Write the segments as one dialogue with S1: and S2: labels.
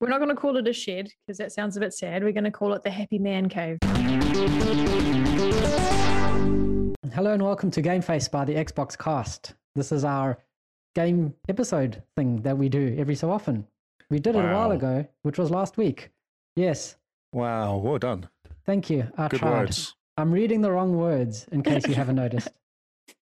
S1: We're not going to call it a shed because that sounds a bit sad. We're going to call it the Happy Man Cave.
S2: Hello and welcome to Game Face by the Xbox Cast. This is our game episode thing that we do every so often. We did it a while
S3: Wow.
S2: ago, which was last week. Yes,
S3: Wow, well done.
S2: thank you. I
S3: Good
S2: tried.
S3: words.
S2: I'm reading the wrong words in case you haven't noticed.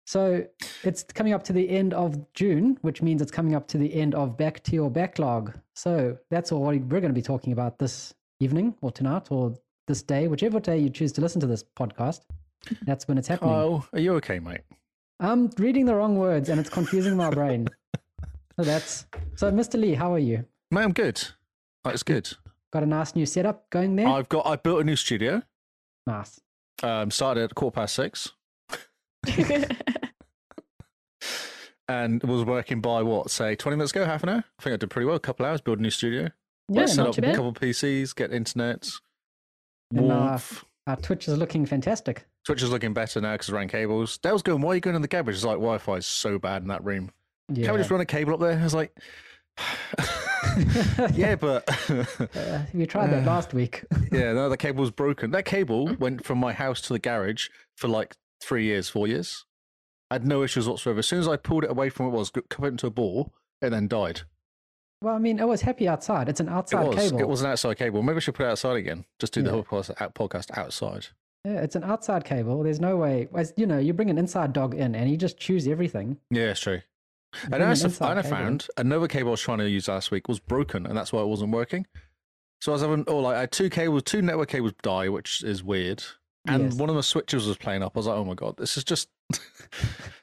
S2: So it's coming up to the end of June, which means it's coming up to the end of Back to Your Backlog. So that's all we're going to be talking about this evening or tonight or this day, whichever day you choose to listen to this podcast. That's when it's happening.
S3: Oh, are you okay, mate?
S2: I'm reading the wrong words and it's confusing my brain. So that's so, Mr. Lee, how are you?
S3: Mate, I'm good. That's good.
S2: Got a nice new setup going there.
S3: I've got. I built a new studio.
S2: nice.
S3: Um, started at quarter past six, and was working by what? Say twenty minutes ago, half an hour. I think I did pretty well. A couple hours, build a new studio,
S2: Yeah,
S3: set
S1: not
S3: up
S1: too
S3: a
S1: bad.
S3: couple of PCs, get internet,
S2: And, uh,
S3: warmth.
S2: Our Twitch is looking fantastic.
S3: Twitch is looking better now because ran cables. Dale's going, why are you going in the garage? It's like Wi-Fi is so bad in that room.
S2: Yeah.
S3: Can we just run a cable up there? I was like, yeah, but
S2: Uh, we tried that
S3: Uh,
S2: last week.
S3: Yeah, no, the cable's broken. That
S2: Mm.
S3: cable went from my house to the garage for like three years, four years. I had no issues whatsoever. As soon as I pulled it away from what it was, got cut into a ball, and then died.
S2: Well, I mean, it was happy outside. It's an
S3: It
S2: outside
S3: was.
S2: cable.
S3: It was an outside cable. Maybe I should put it outside again. Just do the
S2: Yeah.
S3: whole podcast, out- podcast outside.
S2: Yeah, it's an outside cable. There's no way. as- You know, you bring an inside dog in and you just choose everything.
S3: Yeah, it's true.
S2: You
S3: And
S2: bring
S3: I,
S2: an
S3: also,
S2: inside
S3: and I
S2: cable in.
S3: found another cable I was trying to use last week was broken, and that's why it wasn't working. So I was having, oh, like I had two cables, two network cables die, which is weird. And
S2: Yes.
S3: one of the switches was playing up. I was like, oh my god, this is just.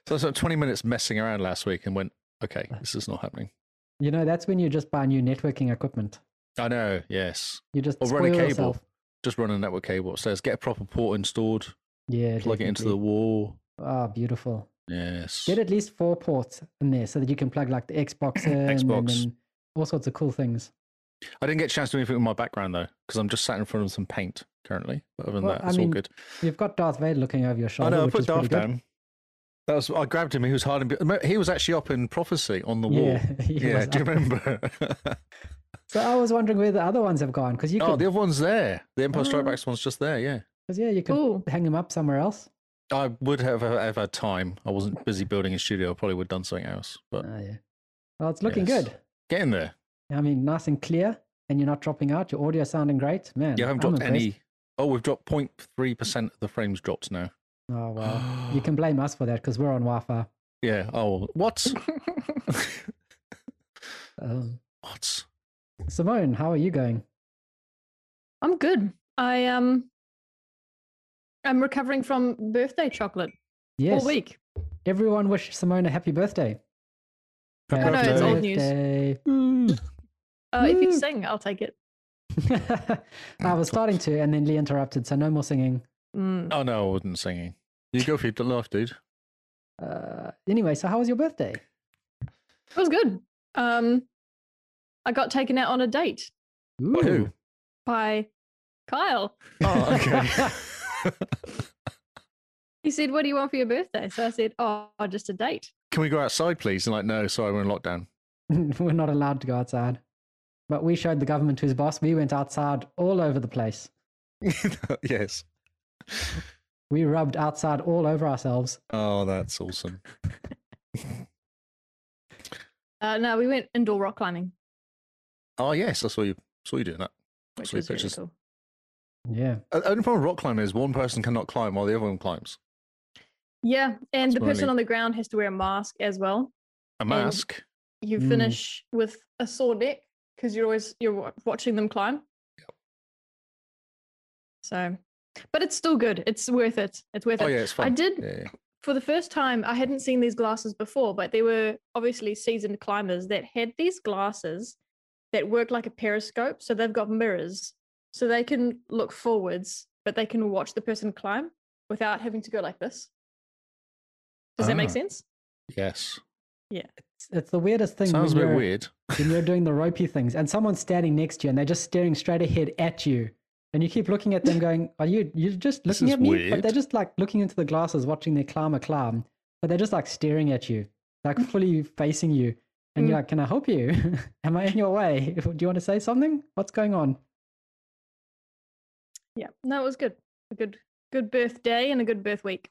S3: so I spent 20 minutes messing around last week and went, okay,
S2: Uh.
S3: this is not happening.
S2: You know, that's when you just buy new networking equipment.
S3: I know, yes.
S2: You just
S3: Or
S2: spoil
S3: run a cable.
S2: yourself.
S3: Just run a network cable upstairs, get a proper port installed,
S2: Yeah,
S3: plug it into the
S2: definitely.
S3: wall.
S2: Ah, beautiful.
S3: Yes.
S2: Get at least four ports in there so that you can plug like the Xbox in and
S3: Xbox.
S2: then all sorts of cool things.
S3: I didn't get a chance to do anything with my background though, because I'm just sat in front of some paint currently. But other than
S2: Well,
S3: that,
S2: I
S3: it's
S2: mean,
S3: all good.
S2: You've got Darth Vader looking over your
S3: I
S2: shoulder.
S3: know. Oh, I
S2: which
S3: put
S2: is pretty
S3: Darth
S2: good.
S3: down. That was I grabbed him. He was hiding. be- He was actually up in prophecy on the wall.
S2: Yeah,
S3: Yeah,
S2: he was
S3: do you
S2: up.
S3: remember?
S2: So I was wondering where the other ones have gone because you
S3: oh,
S2: could,
S3: the other one's there. The Empire Strike
S1: Ah.
S3: Back one's just there. Yeah,
S2: cause, yeah, you
S3: Oh.
S2: could
S1: Cool.
S2: hang them up somewhere else.
S3: I would have ever had time. I wasn't busy building a studio. I probably would have done something else. But
S2: Oh, yeah. Well, it's looking
S3: Uh, Yes.
S2: good.
S3: get in there.
S2: I mean, nice and clear, and you're not dropping out. Your audio sounding great, man.
S3: Yeah, I haven't
S2: I'm
S3: dropped
S2: impressed.
S3: any. Oh, we've dropped 03 percent of the frames dropped now.
S2: Oh well, you can blame us for that because we're on Wi-Fi.
S3: Yeah. Oh, what?
S2: Um,
S3: what?
S2: Simone, how are you going?
S1: I'm good. I um, I'm recovering from birthday chocolate
S2: Yes,
S1: all week.
S2: everyone wish Simone a happy birthday.
S3: Happy
S1: I know, it's old news.
S2: birthday.
S3: Oh,
S1: Uh, if you
S2: Woo.
S1: sing, I'll take it.
S2: I was starting to, and then Lee interrupted, so no more singing.
S1: Mm.
S3: Oh no, I wasn't singing. You go for your life, dude.
S2: Uh, anyway, so how was your birthday?
S1: It was good. Um, I got taken out on a date
S3: By who?
S1: by Kyle.
S3: Oh, okay.
S1: He said, "What do you want for your birthday?" So I said, "Oh, just a date."
S3: Can we go outside, please? And like, no, sorry, we're in lockdown.
S2: we're not allowed to go outside. But we showed the government who's boss. We went outside all over the place.
S3: yes.
S2: We rubbed outside all over ourselves.
S3: Oh, that's awesome.
S1: Uh, no, we went indoor rock climbing,
S3: Oh, yes, I saw you. Saw you doing that.
S1: which
S3: Sweet
S1: was really
S3: pictures.
S1: cool.
S2: Yeah.
S3: Uh, only problem with rock climbing is one person cannot climb while the other one climbs.
S1: Yeah, and the person
S3: Smiley.
S1: on the ground has to wear a mask as well.
S3: A mask.
S1: You
S2: Mm.
S1: finish with a sore neck because you're always you're wa- watching them climb. So, but it's still good. It's worth it. It's worth
S3: Oh,
S1: it.
S3: yeah, it's fun.
S1: I did
S3: Yeah, yeah.
S1: for the first time. I hadn't seen these glasses before, but they were obviously seasoned climbers that had these glasses that work like a periscope. So they've got mirrors, so they can look forwards, but they can watch the person climb without having to go like this. Does that make
S3: Ah.
S1: sense?
S3: Yes.
S2: It's, it's the weirdest thing.
S3: Sounds a
S2: when
S3: bit
S2: you're-
S3: weird.
S2: when you're doing the ropey things and someone's standing next to you and they're just staring straight ahead at you. And you keep looking at them going, Are you you're just
S3: This
S2: looking
S3: is
S2: at me? But
S3: weird.
S2: they're just like looking into the glasses, watching their climber climb. But they're just like staring at you, like fully facing you. And
S3: Mm.
S2: you're like, can I help you? Am I in your way? Do you want to say something? What's going on?
S1: Yeah. No, it was good. A good good birthday and a good birth week.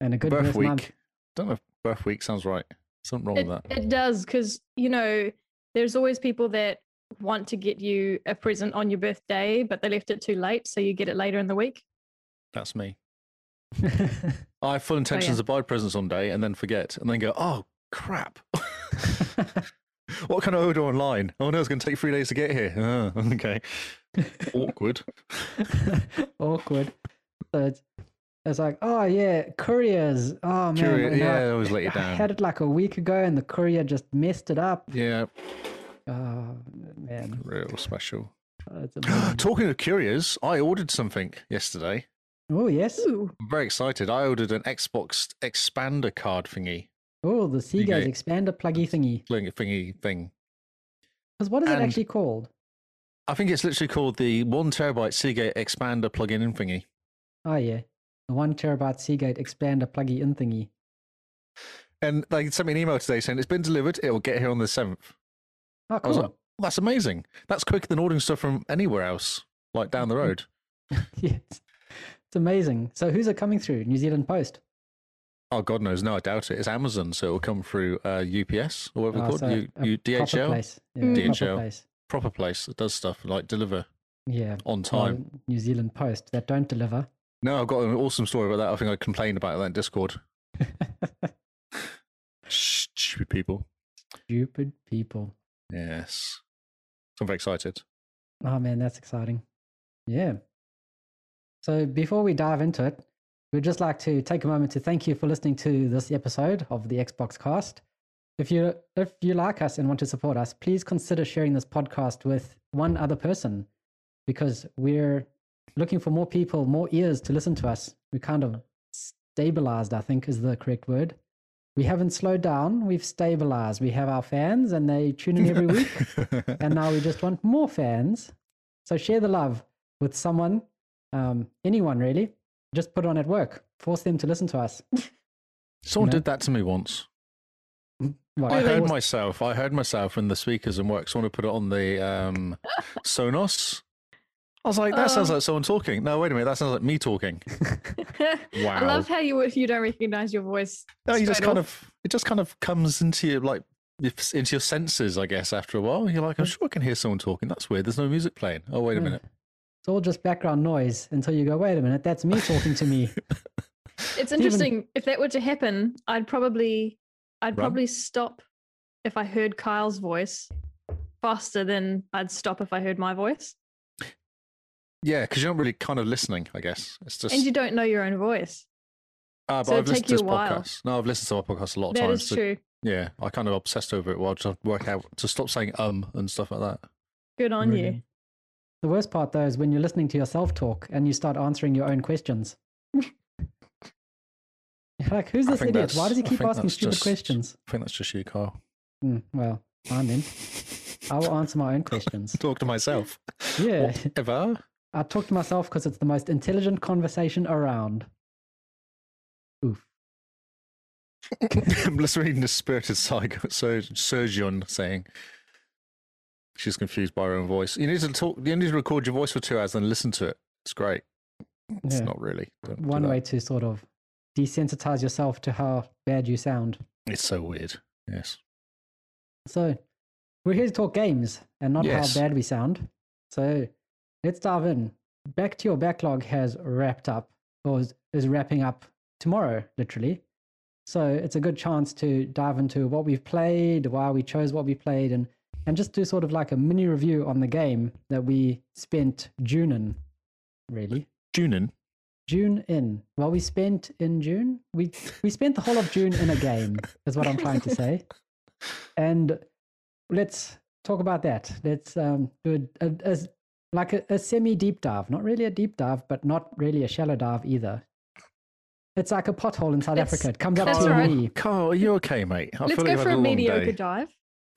S2: And a good
S3: birth,
S2: birth
S3: week.
S2: month.
S3: Don't know if birth week sounds right. Something wrong
S1: It,
S3: with that.
S1: it does because you know there's always people that want to get you a present on your birthday, but they left it too late, so you get it later in the week.
S3: That's me. I have full intentions to buy presents one day and then forget and then go, oh, crap. what can I order online? Oh, no, it's going to take three days to get here. Ah, okay. Awkward.
S2: Awkward. So it's, it's like, oh yeah, couriers. Oh man,
S3: Curio-
S2: and
S3: yeah,
S2: I-
S3: I always let you
S2: I
S3: down.
S2: had it like a week ago, and the courier just messed it up.
S3: Yeah,
S2: Oh man,
S3: real special.
S2: Oh, it's amazing.
S3: Talking of curios, I ordered something yesterday.
S2: oh yes,
S1: Ooh,
S3: I'm very excited. I ordered an Xbox expander card thingy,
S2: oh the Seagate
S3: get-
S2: expander pluggy thingy.
S3: link- thingy thing.
S2: Because what is it
S3: And-
S2: actually called?
S3: I think it's literally called the one terabyte Seagate expander plug-in in thingy.
S2: Oh yeah, the one terabyte Seagate expander pluggy in thingy.
S3: And they sent me an email today saying it's been delivered. It will get here on the seventh.
S2: Oh
S3: I was
S2: cool.
S3: That's amazing. That's quicker than ordering stuff from anywhere else, like down the road.
S2: yes, it's amazing. So who's it coming through? New Zealand Post.
S3: Oh God knows, no, I doubt it. It's Amazon, so it'll come through uh, UPS or whatever
S2: Oh,
S3: it's called.
S2: so
S3: you,
S2: a
S3: you
S2: proper
S3: DHL, proper place.
S2: place. Yeah, a
S3: DHL.
S2: Proper place.
S3: that does stuff like deliver
S2: Yeah. well,
S3: on time.
S2: New Zealand Post that don't deliver.
S3: no, I've got an awesome story about that. I think I complained about that in Discord. Stupid people.
S2: Stupid people.
S3: Yes, I'm very excited.
S2: Oh man, that's exciting. Yeah. So before we dive into it, we'd just like to take a moment to thank you for listening to this episode of the Xbox Cast. If you if you like us and want to support us, please consider sharing this podcast with one other person because we're looking for more people, more ears to listen to us. We kind of stabilized, I think is the correct word. We haven't slowed down, we've stabilized. We have our fans and they tune in every week and uh, now we just want more fans. So share the love with someone, um, anyone really. Just put it on at work. Force them to listen to us.
S3: Someone
S2: know?
S3: did that to me once.
S2: What,
S3: I heard
S2: force-
S3: myself. I heard myself in the speakers and work. Someone had put it on the um, Sonos. I was like, that sounds
S1: Oh.
S3: like someone talking. No, wait a minute, that sounds like me talking.
S1: I
S3: Wow.
S1: love how you if you don't recognize your voice.
S3: No, you just
S1: straight
S3: kind
S1: off.
S3: of it just kind of comes into your like if- into your senses, I guess. After a while, you're
S1: Hmm.
S3: like, I'm sure I can hear someone talking. That's weird. There's no music playing. Oh, wait
S2: Yeah.
S3: a minute.
S2: It's all just background noise until you go, wait a minute, that's me talking to me.
S1: It's interesting. If that were to happen, I'd probably I'd
S3: Run?
S1: probably stop if I heard Kyle's voice faster than I'd stop if I heard my voice.
S3: Yeah, because you're not really kind of listening. I guess it's just.
S1: And you don't know your own voice.
S3: Ah, but
S1: so
S3: I've
S1: it'd
S3: listened
S1: take
S3: to
S1: you
S3: this
S1: a while.
S3: podcast. No, I've listened to our podcast a lot of
S1: That
S3: times.
S1: is
S3: so-
S1: true.
S3: yeah, I kind of obsessed over it while I trying to work out to stop saying um and stuff like that.
S1: Good on you.
S2: Brilliant. The worst part though is when you're listening to yourself talk and you start answering your own questions. You're like, who's
S3: I
S2: this
S3: think
S2: idiot? Why
S3: that's-
S2: does he
S3: I
S2: keep
S3: think
S2: asking
S3: that's
S2: stupid
S3: just-
S2: questions?
S3: I think that's just you, Kyle.
S2: Hmm, well, fine then. I will answer my own questions.
S3: Talk to myself.
S2: Yeah.
S3: Ever?
S2: I talk to myself because it's the most intelligent conversation around. Oof.
S3: I'm just reading the spirited psycho Sur- surgeon saying she's confused by her own voice. You need to talk. You need to record your voice for two hours and listen to it. It's great. It's
S2: Yeah.
S3: not really don't do
S2: One
S3: that.
S2: way to sort of desensitize yourself to how bad you sound.
S3: It's so weird. Yes.
S2: So, we're here to talk games and not
S3: Yes.
S2: how bad we sound. So, let's dive in. Back to your backlog has wrapped up or is, is wrapping up tomorrow, literally. So, it's a good chance to dive into what we've played, why we chose what we played, and, and just do sort of like a mini review on the game that we spent June in, really.
S3: Junin.
S2: June in. Well, we spent in June. We we spent the whole of June in a game, is what I'm trying to say. And let's talk about that. Let's um, do a, a, a- like a, a semi deep dive. Not really a deep dive, but not really a shallow dive either. It's like a pothole in South
S1: It's-
S2: Africa. It comes up
S1: that's
S2: to your
S1: alright.
S2: knee.
S3: Carl, are you okay, mate? I
S1: Let's
S3: feel like
S1: go
S3: you've
S1: for
S3: had
S1: a
S3: a long
S1: mediocre
S3: day.
S1: dive.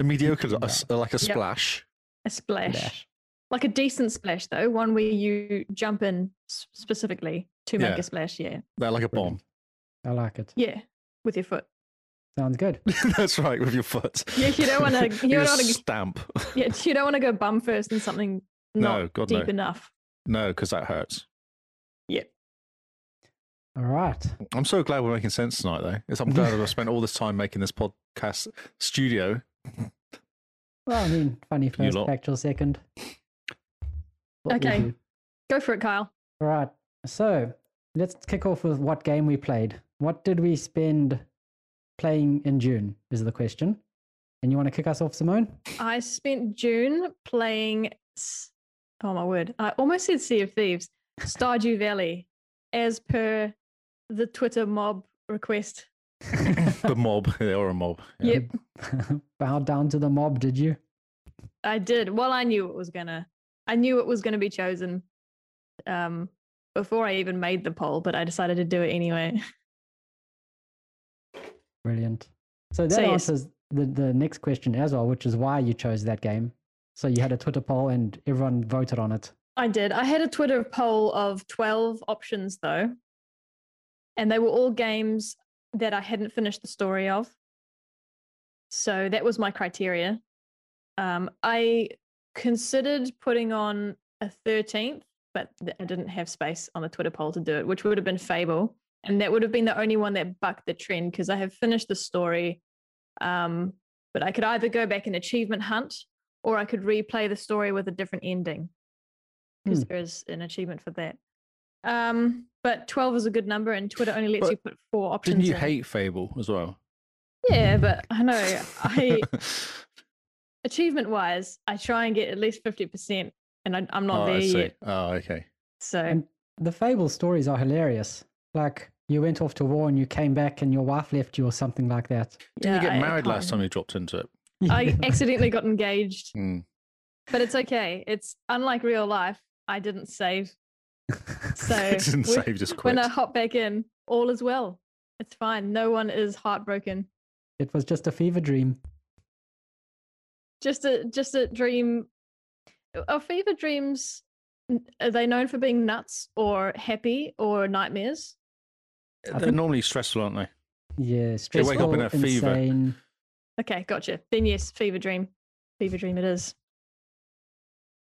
S3: A mediocre,
S2: Yeah.
S3: s- like a splash.
S1: A splash.
S2: Dash.
S1: Like a decent splash though, one where you jump in s- specifically to make
S3: Yeah.
S1: a splash, yeah.
S3: They're like a bomb.
S2: I like it.
S1: Yeah, with your foot.
S2: Sounds good.
S3: That's right, with your foot.
S1: Yeah, you don't wanna- you don't
S3: just
S1: wanna-
S3: stamp.
S1: Yeah, you don't want to go bum first in something not
S3: No, God, no.
S1: deep enough.
S3: No, because that hurts.
S2: All right.
S3: I'm so glad we're making sense tonight, though. It's, I'm glad that I spent all this time making this podcast studio.
S2: Well, I mean, funny first,
S3: lot.
S2: factual second. What we
S1: Okay.
S2: do.
S1: Go for it, Kyle.
S2: All right. So let's kick off with what game we played. What did we spend playing in June? Is the question. And you want to kick us off, Simone?
S1: I spent June playing. s- Oh my word! I almost said Sea of Thieves, Stardew Valley, as per the Twitter mob request.
S3: the mob. They are a mob. Yeah.
S1: Yep,
S2: Bow down to the mob, did you?
S1: I did. Well, I knew it was gonna. I knew it was gonna be chosen, um, before I even made the poll, but I decided to do it anyway.
S2: Brilliant. So that
S1: So yes.
S2: answers the, the next question as well, which is why you chose that game. So you had a Twitter poll and everyone voted on it.
S1: I did. I had a Twitter poll of 12 options, though, and they were all games that I hadn't finished the story of. So that was my criteria. Um, I considered putting on a 13th, but th- I didn't have space on the Twitter poll to do it, which would have been Fable. And that would have been the only one that bucked the trend because I have finished the story. Um, but I could either go back and achievement hunt or I could replay the story with a different ending because
S3: Hmm.
S1: there is an achievement for that. Um, but 12 is a good number, and Twitter only lets
S3: But
S1: you put four options.
S3: Didn't you
S1: in.
S3: hate Fable as
S1: Oh,
S3: well? Oh,
S1: Yeah, but I know I achievement wise, I try and get at least 50%, and I, I'm not
S3: oh,
S1: there
S3: I see.
S1: yet.
S3: Oh, okay.
S1: So
S2: And the Fable stories are hilarious. Like you went off to war and you came back and your wife left you or something like that.
S3: Didn't you
S1: yeah,
S3: get
S1: I- I
S3: married last time
S1: can't-
S3: you dropped into it?
S1: I accidentally got engaged,
S3: Mm.
S1: but it's okay. It's unlike real life. I didn't save. So
S3: it didn't
S1: when-
S3: save, just quit.
S1: when I hop back in, all is well. It's fine. No one is heartbroken.
S2: it was just a fever dream.
S1: just a just a dream are fever dreams n- are they known for being nuts or happy or nightmares
S3: They're
S2: think-
S3: normally stressful, aren't they?
S2: Yeah,
S3: They
S2: stressful,
S3: wake up in a fever.
S2: insane.
S1: okay gotcha then yes fever dream fever dream it is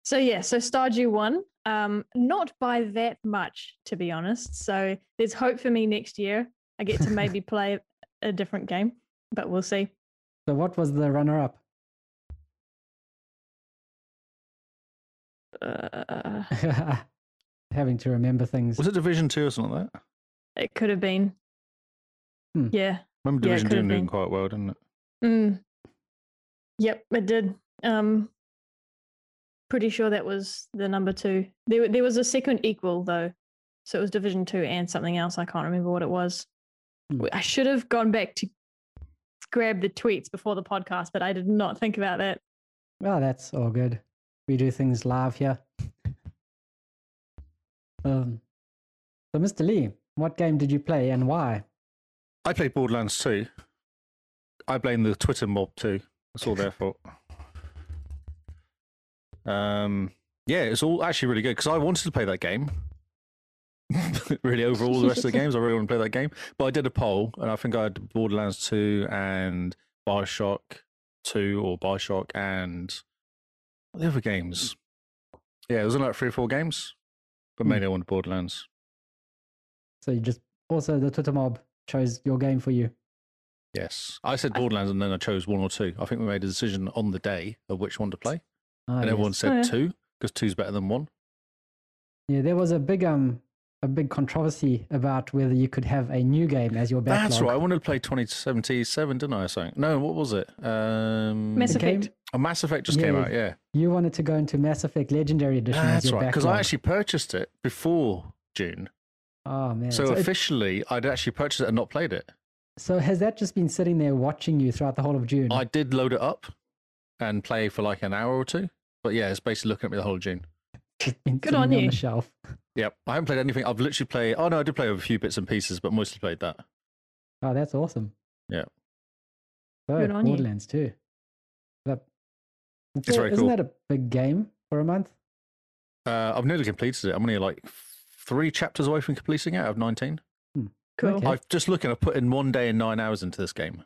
S1: so yeah so stardew won um not by that much to be honest so there's hope for me next year i get to maybe play a different game but we'll see
S2: So what was the runner-up?
S1: uh,
S2: Having to remember things.
S3: Was it Division 2 or something like that?
S1: it could have been
S2: Hmm.
S1: yeah
S3: remember
S1: Yeah, it
S3: Division
S1: could
S3: 2
S1: have
S3: doing
S1: been.
S3: quite well, didn't it?
S1: Mm. Yep, it did. Um, pretty sure that was the number two. There, there was a second equal though, so it was Division Two and something else. I can't remember what it was.
S2: Hmm.
S1: I should have gone back to grab the tweets before the podcast, but I did not think about that.
S2: Well, that's all good. We do things live here. Um, so, Mr. Lee, what game did you play and why?
S3: I played Borderlands 2. I blame the Twitter mob too. It's all their fault. Um, yeah, it's all actually really good because I wanted to play that game. really, over all the rest of the games, I really want to play that game. But I did a poll, and I think I had Borderlands 2 and Bioshock 2 or Bioshock and what are the other games. Yeah, it was only like three or four games, but
S2: Hmm.
S3: mainly I wanted Borderlands.
S2: So you just also the Twitter mob chose your game for you.
S3: Yes, I said
S1: I-
S3: Borderlands, and then I chose one or two. I think we made a decision on the day of which one to play,
S2: Ah,
S3: and
S2: yes.
S3: everyone said
S1: Oh, yeah.
S3: two because two's better than one.
S2: Yeah, there was a big um a big controversy about whether you could have a new game as your backlog.
S3: That's right. I wanted to play 2077, didn't I? I think. No, what was it? Um,
S1: Mass
S2: The game-
S1: Effect.
S3: oh, Mass Effect just
S2: Yeah,
S3: came
S2: yeah.
S3: out. Yeah,
S2: You wanted to go into Mass Effect Legendary Edition as
S3: that's
S2: your
S3: right.
S2: backlog.
S3: Because I actually purchased it before June,
S2: oh man.
S3: so,
S2: So, it-
S3: officially I'd actually purchased it and not played it.
S2: so has that just been sitting there watching you throughout the whole of June?
S3: I did load it up and play for like an hour or two, but yeah, it's basically looking at me the whole of June.
S2: Just been
S1: Good
S2: sitting
S1: on
S2: there
S1: you.
S2: the shelf.
S3: Yep, I haven't played anything. I've literally played. Oh no, I did play a few bits and pieces, but mostly played that.
S2: Oh, that's awesome.
S3: Yeah.
S2: So,
S1: Good on you.
S2: Borderlands too. That,
S3: It's very
S2: isn't
S3: cool.
S2: that a big game for a month?
S3: Uh, I've nearly completed it. I'm only like three chapters away from completing it out of 19.
S1: Cool.
S2: Okay.
S3: I've just looking, I've put in one day and nine hours into this game.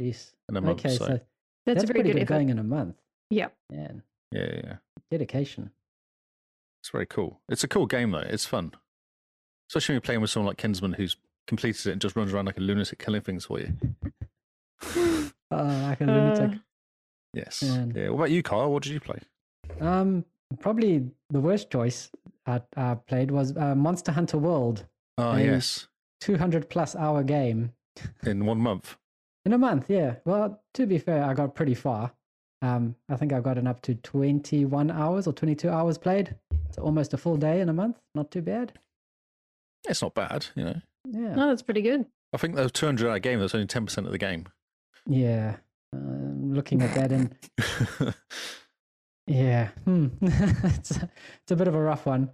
S2: Jeez.
S3: in a month.
S2: okay,
S3: so,
S2: so that's,
S1: That's, a very
S2: pretty
S1: good,
S2: good,
S1: effort.
S2: going in a month.
S1: Yeah.
S2: Man,
S3: yeah, yeah, yeah.
S2: dedication.
S3: It's very cool. It's a cool game though. It's fun, especially when you're playing with someone like Kinsman who's completed it and just runs around like a lunatic killing things for you.
S2: Oh, like a
S1: Uh,
S2: lunatic.
S3: Yes.
S2: Man.
S3: Yeah. What about you, Kyle? What did you play?
S2: Um, probably the worst choice I, I played was uh, Monster Hunter World,
S3: Oh,
S2: Hey.
S3: yes.
S2: 200 plus hour game
S3: In one month.
S2: in a month. Yeah. Well, to be fair, I got pretty far. Um, I think I got an up to 21 hours or 22 hours played. So almost a full day in a month. Not too bad.
S3: It's not bad, you know.
S2: Yeah.
S1: no, that's pretty good.
S3: I think those 200 hour game, that's only 10% of the game.
S2: Yeah. Um, looking at that and Yeah, hmm. it's, a, it's a bit of a rough one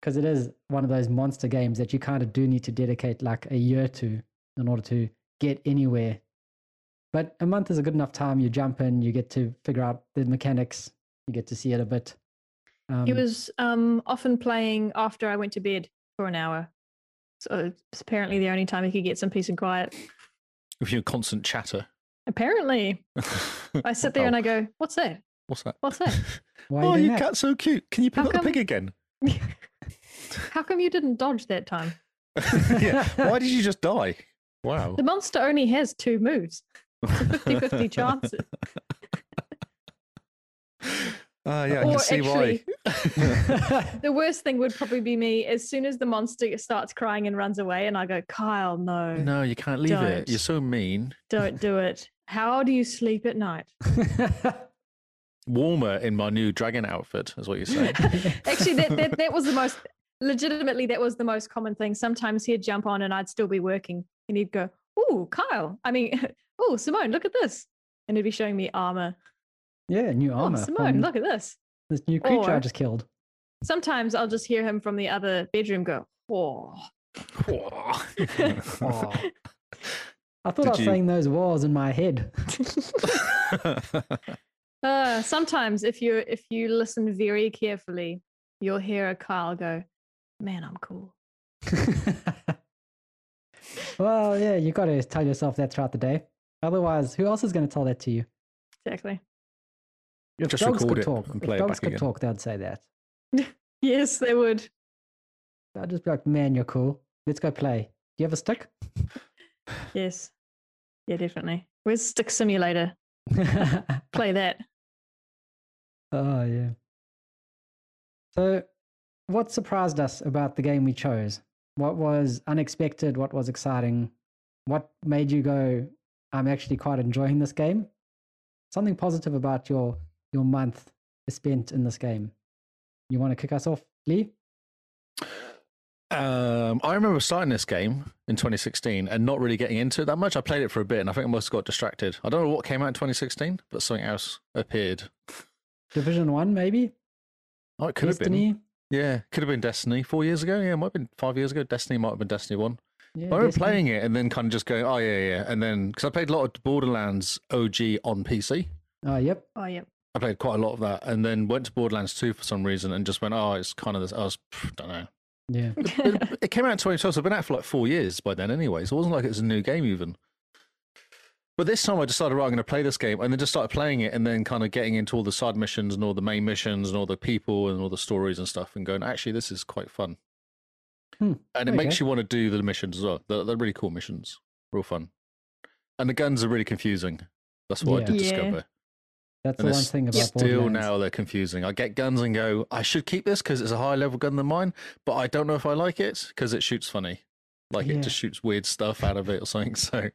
S2: because it is one of those monster games that you kind of do need to dedicate like a year to in order to get anywhere. But a month is a good enough time. You jump in, you get to figure out the mechanics, you get to see it a bit. Um,
S1: He was um, often playing after I went to bed for an hour. So it's apparently the only time he could get some peace and quiet.
S3: With your constant chatter.
S1: Apparently, I sit there and I go, "What's that?
S3: What's that?
S1: What's that?
S2: why are
S3: Oh,
S2: you doing
S3: your
S2: that?
S3: cat's so cute. Can you pick
S1: How
S3: up the pig
S1: come-
S3: again?
S1: How come you didn't dodge that time?
S3: yeah. Why did you just die? Wow.
S1: The monster only has two moves. It's a 50-50 chance.
S3: Ah, yeah, I can
S1: Or
S3: see why.
S1: The worst thing would probably be me as soon as the monster starts crying and runs away, and I go, "Kyle, no,
S3: no, you can't leave it.
S1: Don't.
S3: You're so mean.
S1: don't do it. How do you sleep at night?"
S3: Warmer in my new dragon outfit, is what you say.
S1: Actually, that, that that was the most legitimately that was the most common thing. Sometimes he'd jump on and I'd still be working, and he'd go, "Ooh, Kyle! I mean, oh Simone, look at this!" And he'd be showing me armor.
S2: yeah, new armor.
S1: oh
S2: from
S3: um,
S1: Simone, look at this.
S2: This new creature I
S1: Or-
S2: just killed.
S1: Sometimes I'll just hear him from the other bedroom go, "Oh,
S2: Aw. I thought
S3: Did
S2: I was
S3: you-
S2: saying those wars in my head.
S1: Uh, sometimes if you if you listen very carefully, you'll hear a Kyle go, "Man, I'm cool."
S2: well, yeah, you got to tell yourself that throughout the day. Otherwise, who else is going to tell that to you?
S1: Exactly.
S2: If
S3: Just
S2: dogs
S3: record
S2: could
S3: it
S2: talk.
S3: and
S2: if
S3: play it
S2: dogs
S3: back
S2: could
S3: again.
S2: talk, they'd say that.
S1: Yes, they would.
S2: I'd just be like, "Man, you're cool. Let's go play. Do you have a stick?"
S1: Yes. Yeah, definitely. Where's Stick Simulator?
S2: oh
S1: Play that.
S2: yeah. So, what surprised us about the game we chose? What was unexpected? What was exciting? What made you go, "I'm actually quite enjoying this game"? Something positive about your your month spent in this game. You want to kick us off, Lee?
S3: Um, I remember starting this game in 2016 and not really getting into it that much. I played it for a bit and I think I must have got distracted. I don't know what came out in 2016, but something else appeared.
S2: Division One, maybe.
S3: Oh, it could have
S2: Destiny.
S3: been. Yeah, could have been Destiny four years ago. Yeah, it might have been five years ago. Destiny might have been Destiny 1.
S2: Yeah,
S3: I remember
S2: Destiny.
S3: playing it and then kind of just going, oh, yeah, yeah. And then, because I played a lot of Borderlands OG on PC.
S2: Oh, yep.
S1: Oh, yeah.
S3: I played quite a lot of that and then went to Borderlands 2 for some reason and just went, oh, it's kind of this. I was, don't know.
S2: Yeah.
S1: Oh,
S3: it, it came out in 2012, so it'd been out for like four years by then anyway. So it wasn't like it was a new game even. But this time I decided, right, I'm going to play this game, and then just started playing it, and then kind of getting into all the side missions and all the main missions and all the people and all the stories and stuff, and going, actually, this is quite fun.
S2: Hmm,
S3: And it
S2: there you
S3: makes
S2: go.
S3: you want to do the missions as well. They're, they're really cool missions, real fun. And the guns are really confusing. That's what
S2: Yeah.
S3: I did
S1: Yeah.
S3: discover.
S2: That's
S3: And
S2: the
S3: they're
S2: one thing about
S3: still
S2: Borderlands.
S3: now they're confusing. I get guns and go, I should keep this because it's a higher level gun than mine, but I don't know if I like it because it shoots funny. Like
S2: Yeah.
S3: it just shoots weird stuff out of it or something. So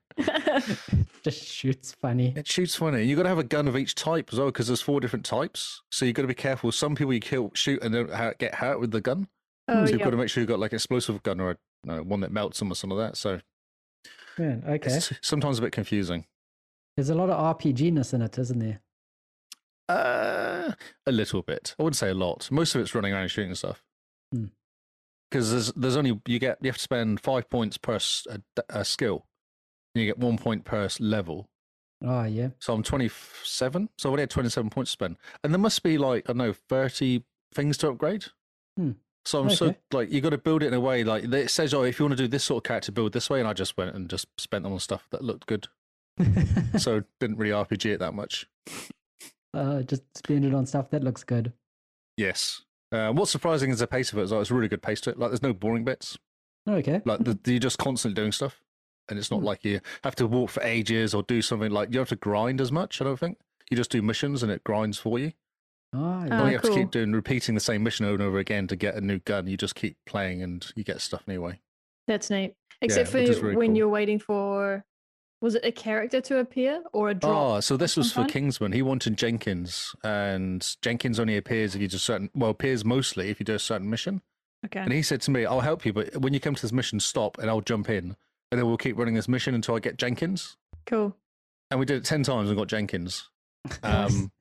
S2: just shoots funny.
S3: it shoots funny. You've got to have a gun of each type as well because there's four different types. So you've got to be careful. Some people you kill, shoot, and don't ha- get hurt with the gun.
S1: oh,
S3: so you've
S1: yeah.
S3: got to make sure you've got like an explosive gun or a, you know, one that melts them or some of that. So
S2: Man, okay.
S3: it's sometimes a bit confusing.
S2: There's a lot of RPGness in it, isn't there?
S3: Uh, a little bit. I wouldn't say a lot. Most of it's running around and shooting stuff.
S2: Hmm.
S3: Because there's there's only you get you have to spend five points per s- a, d- a skill, and you get one point per s- level.
S2: Oh yeah.
S3: So I'm 27. So I only had 27 points to spend, and there must be like I don't know 30 things to upgrade.
S2: Hmm.
S3: So I'm so
S2: Okay.
S3: like you got to build it in a way like it says oh if you want to do this sort of character build this way, and I just went and just spent them on stuff that looked good. so didn't really RPG it that much.
S2: uh, just spend it on stuff that looks good.
S3: Yes. Uh, what's surprising is the pace of it. Is like, it's a really good pace to it. Like there's no boring bits.
S2: Okay.
S3: Like the, you're just constantly doing stuff, and it's
S1: Hmm.
S3: not like you have to walk for ages or do something. Like you don't have to grind as much. I don't think you just do missions and it grinds for you.
S2: Ah,
S1: Uh,
S3: Or
S2: yeah.
S3: you have to
S1: cool.
S3: keep doing repeating the same mission over and over again to get a new gun. You just keep playing and you get stuff anyway.
S1: That's neat. Except
S3: which is
S1: for
S3: really
S1: when
S3: cool.
S1: you're waiting for, was it a character to appear or a drop?
S3: Oh, so this was for
S1: sometime?
S3: Kingsman. He wanted Jenkins, and Jenkins only appears if you do certain. Well, appears mostly if you do a certain mission.
S1: okay.
S3: Oh, And he said to me, "I'll help you, but when you come to this mission, stop, and I'll jump in, and then we'll keep running this mission until I get Jenkins."
S1: Cool.
S3: And we did it ten times and got Jenkins.
S2: Nice.
S3: Um,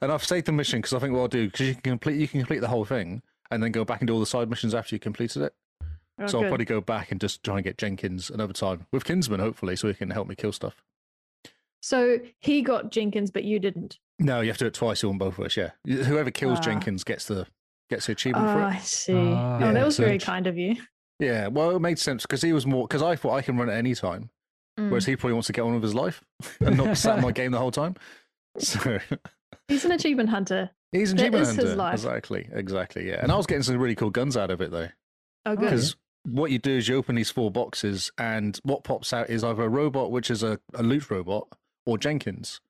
S3: and I've saved the mission because I think what I'll do because you can complete you can complete the whole thing and then go back and do all the side missions after you completed it.
S1: Oh,
S3: so I'll
S1: good.
S3: probably go back and just try and get Jenkins another time with Kinsman, hopefully, so he can help me kill stuff.
S1: so he got Jenkins, but you didn't.
S3: No, you have to do it twice. You want both of us, yeah. Y- Whoever kills
S1: Ah.
S3: Jenkins gets the gets the
S1: Oh,
S3: achievement for it.
S1: I see.
S2: Ah.
S1: oh,
S3: Yeah,
S1: that was
S3: so
S1: very
S3: it's-
S1: kind of you.
S3: Yeah, well, it made sense because he was more because I thought I can run at any time,
S1: Mm.
S3: whereas he probably wants to get on with his life and not sat in my game the whole time. So
S1: He's an achievement hunter.
S3: he's an
S1: That
S3: achievement
S1: is his
S3: hunter.
S1: life.
S3: Exactly, exactly. Yeah, and I was getting some really cool guns out of it though.
S1: Oh, good.
S3: because what you do is you open these four boxes and what pops out is either a robot which is a, a loot robot or jenkins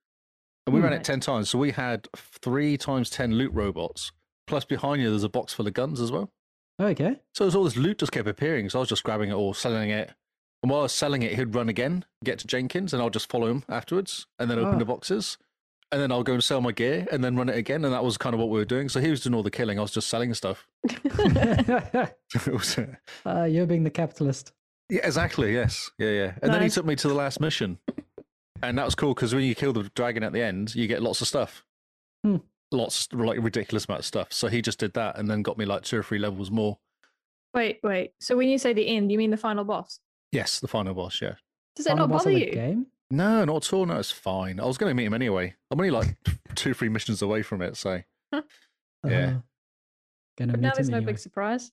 S3: and we
S2: Hmm.
S3: ran it
S1: Right.
S3: 10 times so we had three times 10 loot robots plus behind you there's a box full of guns as well
S2: okay.
S3: so there's all this loot just kept appearing so i was just grabbing it all selling it and while i was selling it he'd run again get to jenkins and i'll just follow him afterwards and then open
S2: Ah.
S3: the boxes and then i'll go and sell my gear and then run it again and that was kind of what we were doing so he was doing all the killing i was just selling stuff It was-
S2: uh, you're being the capitalist.
S3: Yeah, exactly. Yes. Yeah, yeah. And then he
S1: Nice.
S3: took me to the last mission, and that was cool because when you kill the dragon at the end, you get lots of stuff,
S2: Hmm.
S3: lots like ridiculous amount of stuff. So he just did that, and then got me like two or three levels more.
S1: wait, wait. So when you say the end, you mean the final boss?
S3: Yes, the final boss. Yeah.
S1: Does that
S2: Final
S1: not
S2: boss of
S1: bother
S2: the
S1: you?
S2: Game?
S3: No, not at all. No, it's fine. I was going to meet him anyway. I'm only like two, three missions away from it. So Yeah.
S2: Uh-huh. Gonna
S1: But
S2: meet
S1: now
S2: him
S1: there's no
S2: anyway.
S1: big surprise.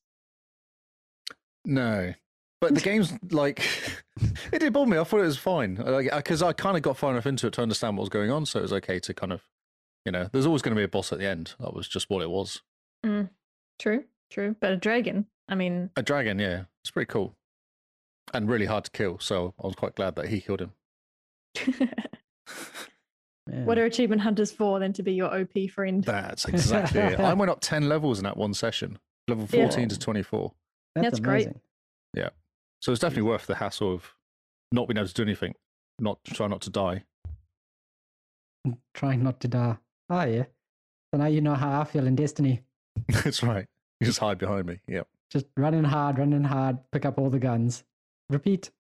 S3: no. But the game's like, it did bother me. I thought it was fine because I kind of got far enough into it to understand what was going on. So it was okay to kind of, you know, there's always going to be a boss at the end. That was just what it was.
S1: True, true. But a dragon. I mean,
S3: A dragon, yeah. It's pretty cool. And really hard to kill, so I was quite glad that he killed him.
S2: Man.
S1: what are achievement hunters for than to be your OP friend?
S3: That's exactly it. I went up 10 levels in that one session, level
S1: Yeah.
S3: 14 to 24.
S1: That's great.
S2: amazing.
S3: So it's definitely worth the hassle of not being able to do anything, not try not to die.
S2: Trying not to die. Ah, yeah. So now you know how I feel in Destiny.
S3: That's right. You just hide behind me. Yep.
S2: Just running hard, running hard, pick up all the guns. Repeat.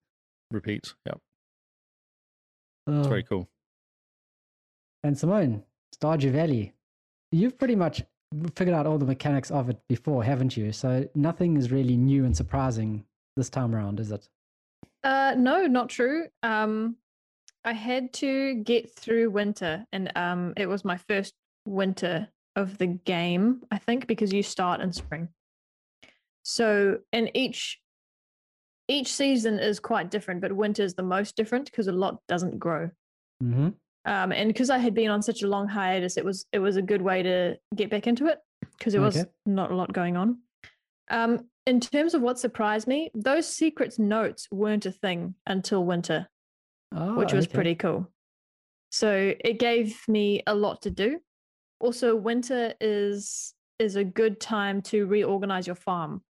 S3: Repeat. Yep.
S2: Oh.
S3: It's
S1: Oh.
S3: very cool.
S2: Uh, And Simone, Stardew Valley, you've pretty much figured out all the mechanics of it before, haven't you? So nothing is really new and surprising this time around, is it?
S1: Uh, no, not true. Um, I had to get through winter, and um, it was my first winter of the game, I think, because you start in spring. So, and each each season is quite different, but winter is the most different because a lot doesn't grow.
S2: Mm-hmm.
S1: Um, and because I had been on such a long hiatus, it was it was a good way to get back into it because there was
S2: Okay.
S1: not a lot going on. Um, in terms of what surprised me, those secrets notes weren't a thing until winter,
S2: Ah, Oh,
S1: which was pretty cool. So it gave me a lot to do. Also, winter is is a good time to reorganize your farm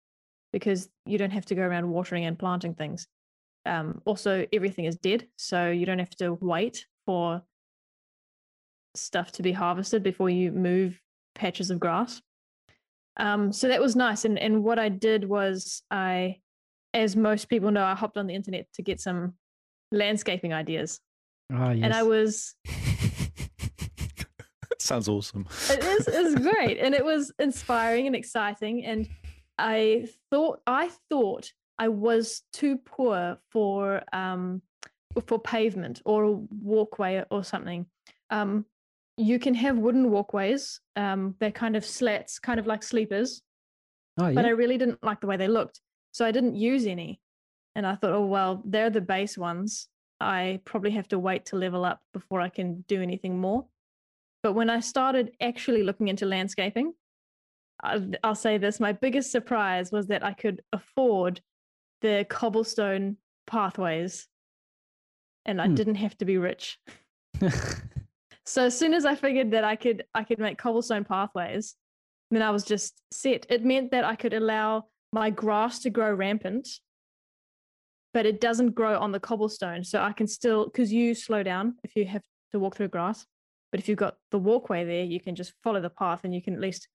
S1: because you don't have to go around watering and planting things. Um, also, everything is dead, so you don't have to wait for stuff to be harvested before you move patches of grass. Um, so that was nice. And and what I did was I, as most people know, I hopped on the internet to get some landscaping ideas,
S2: Ah, yes.
S1: and I was
S3: Sounds awesome.
S1: it is it's great and it was inspiring and exciting and i thought i thought i was too poor for um for pavement or a walkway or something um you can have wooden walkways um they're kind of slats kind of like sleepers
S2: Oh, yeah.
S1: but i really didn't like the way they looked so i didn't use any and i thought oh well they're the base ones I probably have to wait to level up before I can do anything more. But when I started actually looking into landscaping, I- I'll say this my biggest surprise was that I could afford the cobblestone pathways and I
S2: Hmm.
S1: didn't have to be rich. So as soon as I figured that I could I could make cobblestone pathways, then I was just set. It meant that I could allow my grass to grow rampant, but it doesn't grow on the cobblestone. So I can still because you slow down if you have to walk through grass. But if you've got the walkway there, you can just follow the path and you can at least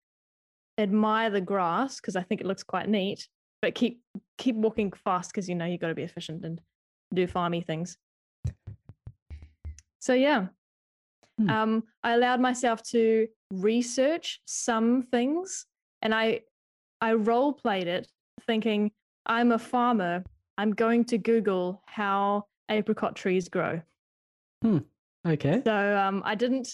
S1: admire the grass because I think it looks quite neat. But keep keep walking fast because you know you've got to be efficient and do farmy things. So yeah.
S2: Hmm.
S1: Um, I allowed myself to research some things and I I role played it thinking I'm a farmer. I'm going to Google how apricot trees grow.
S2: okay.
S1: So um, I didn't.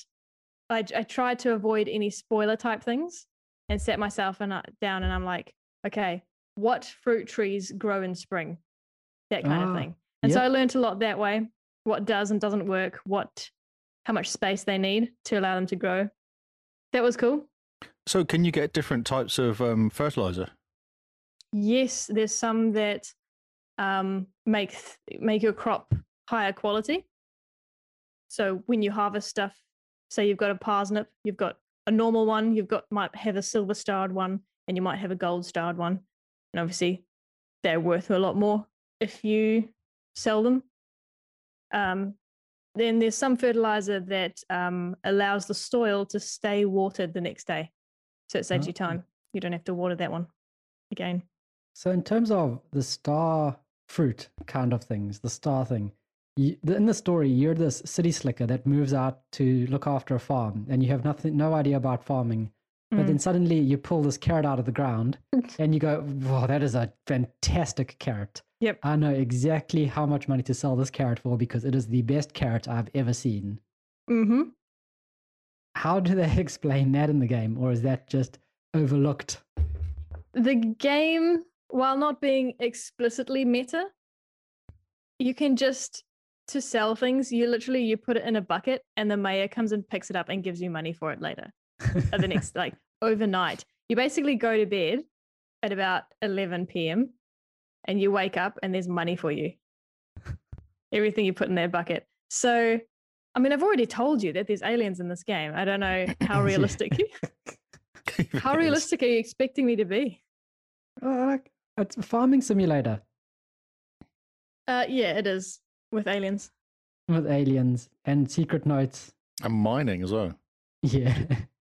S1: I, I tried to avoid any spoiler type things, and set myself and I- down, and I'm like, okay, what fruit trees grow in spring? That kind
S2: Ah,
S1: of thing. And so
S2: yep.
S1: I learnt a lot that way. What does and doesn't work. What, how much space they need to allow them to grow. That was cool.
S3: So, can you get different types of um, fertilizer?
S1: Yes, there's some that um, make th- make your crop higher quality. So when you harvest stuff, say you've got a parsnip, you've got a normal one, you've got might have a silver starred one, and you might have a gold starred one, and obviously they're worth a lot more if you sell them. Um, then there's some fertilizer that um, allows the soil to stay watered the next day, so it saves you
S2: Okay.
S1: time. You don't have to water that one again.
S2: So, in terms of the star fruit kind of things, the star thing, you, the- in the story, you're this city slicker that moves out to look after a farm, and you have nothing, no idea about farming. But
S1: Mm.
S2: then suddenly you pull this carrot out of the ground, and you go, "Wow, that is a fantastic carrot!
S1: Yep.
S2: I know exactly how much money to sell this carrot for because it is the best carrot I've ever seen."
S1: Mm-hmm.
S2: How do they explain that in the game, or is that just overlooked?
S1: The game, while not being explicitly meta, you can just to sell things. You literally you put it in a bucket, and the mayor comes and picks it up and gives you money for it later. Or
S2: Äh,
S1: the next, like overnight, you basically go to bed at about eleven p.m. and you wake up, and there's money for you. Everything you put in that bucket. So, I mean, I've already told you that there's aliens in this game. I don't know how
S2: Yeah.
S1: realistic. How realistic are you expecting me to be?
S2: Uh, like, it's a farming simulator
S1: Uh, yeah, it is with aliens.
S2: with aliens and secret notes.
S3: And mining as well.
S2: Yeah.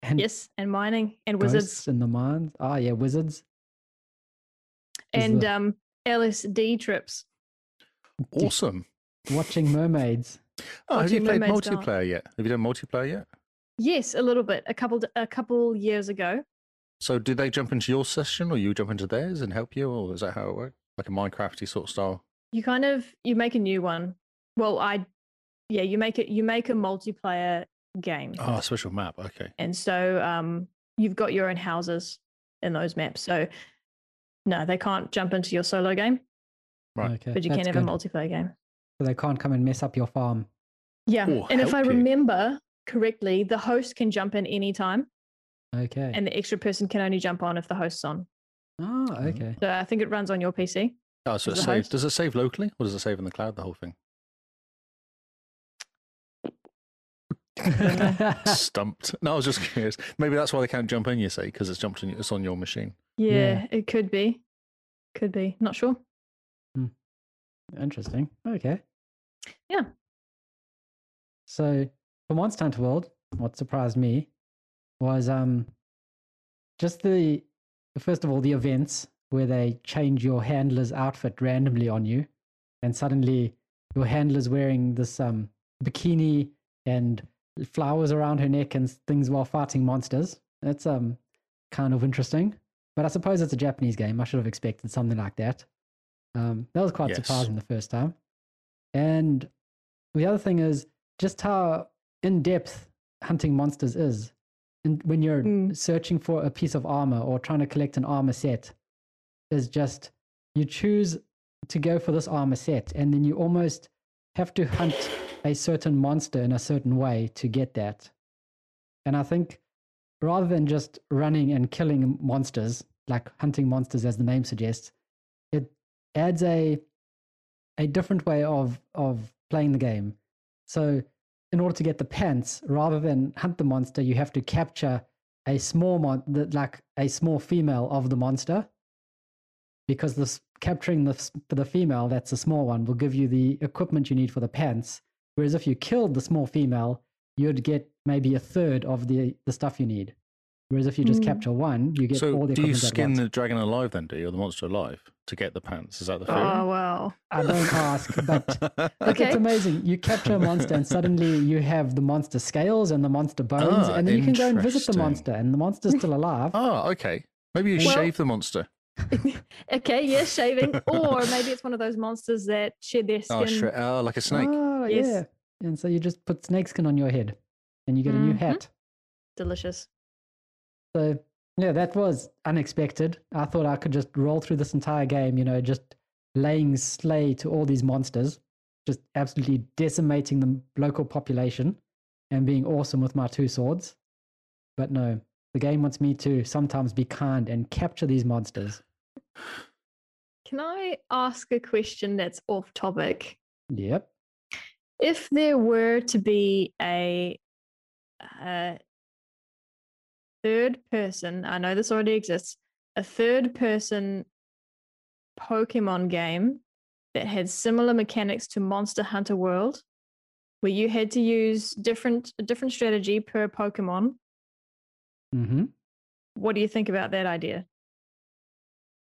S2: And
S1: Yes, and mining and
S2: ghosts
S1: wizards
S2: in the mines. Ah, yeah, wizards. is
S1: and
S2: the-
S1: um, LSD trips.
S3: Awesome.
S2: Watching mermaids.
S3: Oh, have you
S1: Watching
S3: played
S1: Mermaids
S3: multiplayer yet? Have you done multiplayer yet?
S1: Yes, a little bit. A couple d- a couple years ago.
S3: So, did they jump into your session, or you jump into theirs and help you, or is that how it worked? Like a Minecrafty sort of style.
S1: You kind of you make a new one. Well, I yeah, you make it you make a multiplayer game.
S3: Oh, special map. Okay.
S1: And so um you've got your own houses in those maps. So no, they can't jump into your solo game,
S3: Right.
S2: Okay.
S1: but you
S2: that's
S1: can have
S2: good.
S1: a multiplayer game.
S2: So they can't come and mess up your farm.
S1: Yeah.
S3: Or
S1: and if I
S3: help you.
S1: remember correctly, the host can jump in any time.
S2: Okay.
S1: and the extra person can only jump on if the host's on.
S2: oh, okay.
S1: So I think it runs on your PC.
S3: Oh, so it
S1: Is it
S3: saves.
S1: host?
S3: Does it save locally, or does it save in the cloud? The whole thing. Stumped. No, I was just curious. Maybe that's why they can't jump in. You say because it's jumped in. It's on your machine.
S1: Yeah,
S2: Yeah.
S1: it could be. Could be. Not sure.
S2: Interesting. Okay.
S1: Yeah.
S2: So for Monster Hunter World, what surprised me was um just the first of all the events where they change your handler's outfit randomly on you, and suddenly your handler's wearing this um bikini and flowers around her neck and s- things while fighting monsters. That's um kind of interesting. But I suppose it's a Japanese game. I should have expected something like that. Um, that was quite
S3: Yes.
S2: surprising the first time. And the other thing is just how in depth hunting monsters is. And when you're
S1: Mm.
S2: searching for a piece of armor or trying to collect an armor set, is just you choose to go for this armor set, and then you almost have to hunt a certain monster in a certain way to get that. And I think rather than just running and killing monsters, like hunting monsters as the name suggests, it adds a a different way of of playing the game. So in order to get the pants, rather than hunt the monster, you have to capture a small mon- the- like a small female of the monster, because this capturing the s- the female that's a small one will give you the equipment you need for the pants. Whereas if you killed the small female, you'd get maybe a third of the the stuff you need. Whereas if you just
S1: Mm.
S2: capture one, you get all
S3: So
S2: the
S3: do you
S2: equipment at
S3: skin
S2: once.
S3: the dragon alive then, do you, or the monster alive to get the pants? Is that the theory?
S1: Oh wow.
S2: I don't ask, but Like, It's
S1: Okay.
S2: amazing. You capture a monster, and suddenly you have the monster scales and the monster bones,
S3: Ah,
S2: and then you can go and visit the
S3: interesting.
S2: monster, and the monster's still alive.
S3: oh, okay. Maybe you
S1: Well-
S3: shave the monster.
S1: Okay, yes, shaving, or maybe it's one of those monsters that shed their skin.
S3: Oh, shri- oh, like a snake.
S2: Ah,
S1: Yes.
S2: yeah. And so you just put snakeskin on your head, and you get a new
S1: Mhm.
S2: hat.
S1: Delicious.
S2: So yeah, that was unexpected. I thought I could just roll through this entire game, you know, just laying slay to all these monsters, just absolutely decimating the local population, and being awesome with my two swords. But no, the game wants me to sometimes be kind and capture these monsters.
S1: Can I ask a question that's off topic?
S2: Yep.
S1: if there were to be a, uh third person, I know this already exists, a third person Pokemon game that had similar mechanics to Monster Hunter World, where you had to use different a different strategy per Pokemon.
S2: hmm
S1: What do you think about that idea?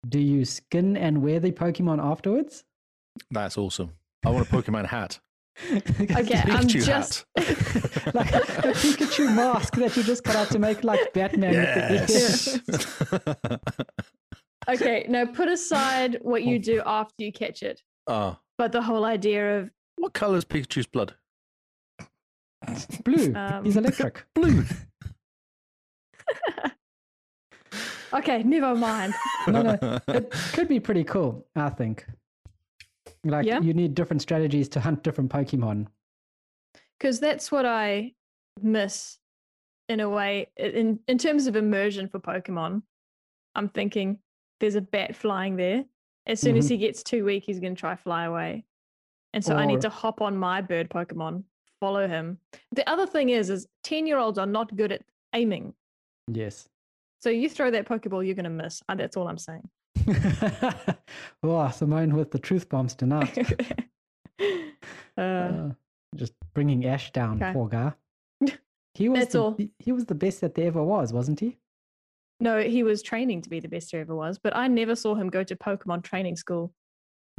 S2: Do you skin and wear the Pokemon afterwards?
S3: That's awesome. I want a Pokemon hat.
S1: Okay, I'm
S3: Pikachu
S1: just
S3: hat.
S2: like the Pikachu mask that you just cut out to make like Batman. With the,
S3: Yes.
S1: okay. Now put aside what you do after you catch it,
S3: Ah,
S1: but the whole idea of
S3: what colour is Pikachu's blood?
S2: blue.
S1: Um,
S2: He's electric.
S3: Blue.
S1: okay, never mind.
S2: No, no. it could be pretty cool, I think. Like
S1: Yeah?
S2: you need different strategies to hunt different Pokemon.
S1: because that's what I miss in a way i- in in terms of immersion for Pokemon. I'm thinking there's a bat flying there. As soon as
S2: Mhm.
S1: he gets too weak, he's going to try fly away, and so I
S2: Or-
S1: need to hop on my bird Pokemon, follow him. The other thing is, is ten year olds are not good at aiming.
S2: Yes.
S1: So you throw that Pokeball, you're going to miss. Uh, That's all I'm saying.
S2: wow, Oh, Simone with the truth bombs tonight.
S1: uh,
S2: Uh, just bringing Ash down,
S1: Okay.
S2: poor guy. He was
S1: That's
S2: the,
S1: all.
S2: he was the best that there ever was, wasn't he?
S1: no, he was training to be the best there ever was, but I never saw him go to Pokemon training school.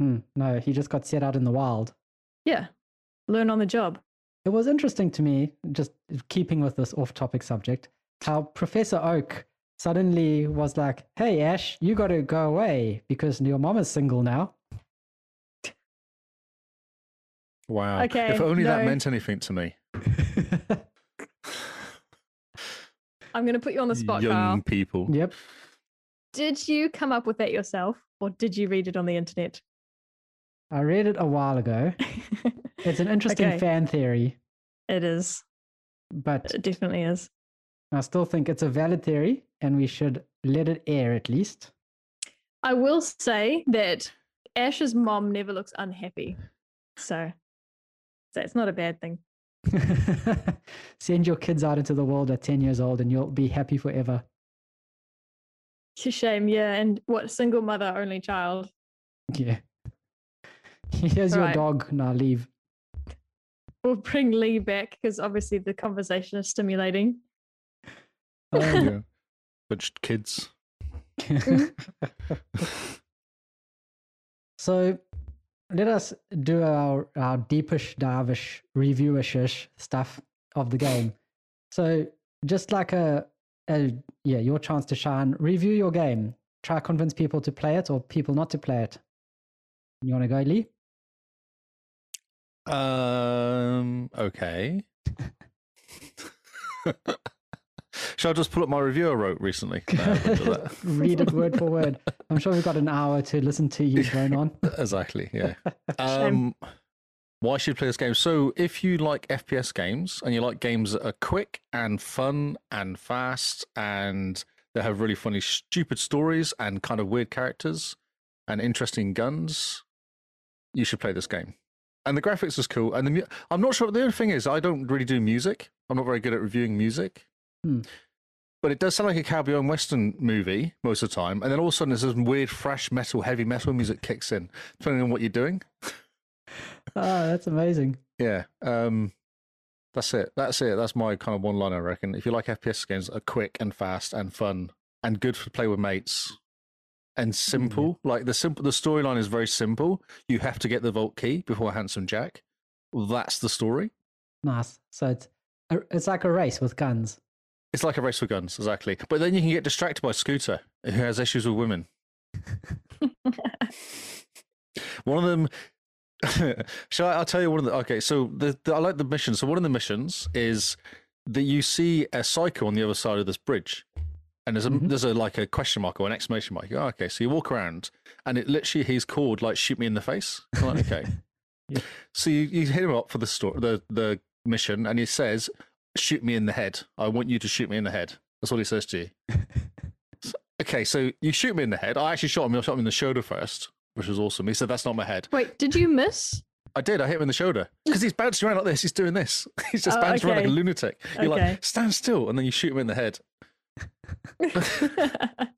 S2: Hmm, no, he just got set out in the wild.
S1: Yeah, learn on the job.
S2: It was interesting to me, just keeping with this off topic subject, how Professor Oak suddenly was like, Hey, Ash, you got to go away because your mom is single now.
S3: wow.
S1: Okay,
S3: If only that
S1: no.
S3: meant anything to me.
S1: I'm going to put you on the spot,
S3: Young
S1: Kyle.
S3: people.
S2: yep.
S1: Did you come up with that yourself or did you read it on the internet?
S2: I read it a while ago. It's an interesting
S1: Okay.
S2: fan theory,
S1: it is.
S2: but
S1: It definitely is.
S2: I still think it's a valid theory and we should let it air at least.
S1: I will say that Ash's mom never looks unhappy. So, so it's not a bad thing.
S2: Send your kids out into the world at 10 years old and you'll be happy forever.
S1: It's a shame. Yeah. And what single mother, only child.
S2: Yeah. Here's your
S1: Right.
S2: dog. Now leave.
S1: We'll bring Lee back because obviously the conversation is stimulating.
S2: Um,
S3: Yeah. Bunch of kids.
S2: so let us do our, our deepish, darvish, reviewishish stuff of the game. So just like a, a yeah, your chance to shine, review your game. Try convince people to play it or people not to play it. You want to go, Lee?
S3: Um. Okay. Shall I just pull up my review I wrote recently? No, I won't do that.
S2: Read it word for word. I'm sure we've got an hour to listen to you drone on.
S3: exactly. Yeah.
S1: Shame.
S3: Um. why should you play this game. So, if you like FPS games and you like games that are quick and fun and fast and that have really funny, stupid stories and kind of weird characters and interesting guns, you should play this game. And the graphics is cool. And the mu- I'm not sure. The only thing is, I don't really do music. I'm not very good at reviewing music.
S2: Hmm.
S3: But it does sound like a cowboy and western movie most of the time. And then all of a sudden, there's this weird, thrash metal, heavy metal music kicks in, depending on what you're doing.
S2: Ah, that's amazing.
S3: Yeah. Um that's it. That's it. That's my kind of one line I reckon. If you like FPS games that are quick and fast and fun and good for play with mates and simple, like the simple the storyline is very simple. You have to get the vault key before Handsome Jack. Well, that's the story.
S2: Nice. So it's a- it's like a race with guns.
S3: It's like a race with guns, exactly. But then you can get distracted by Scooter, who has issues with women. one of them. shall I? I'll tell you one of the. Okay, so the, the, I like the mission. So one of the missions is that you see a cycle on the other side of this bridge, and there's a
S2: Mhm.
S3: there's a like a question mark or an exclamation mark. You go, "Oh, okay, so you walk around, and it literally he's called like shoot me in the face. I'm like, okay.
S2: Yeah.
S3: So you, you hit him up for the story, the the mission, and he says, "Shoot me in the head. I want you to shoot me in the head." That's what he says to you. So- okay, so you shoot me in the head. I actually shot him. I shot him in the shoulder first, which was awesome. He said, "That's not my head."
S1: Wait, did you miss?
S3: I did. I hit him in the shoulder because he's bouncing around like this. He's doing this. He's just
S1: Oh,
S3: bouncing around like
S1: okay.
S3: a lunatic. You're
S1: Okay.
S3: like, stand still, and then you shoot him in the head,
S1: did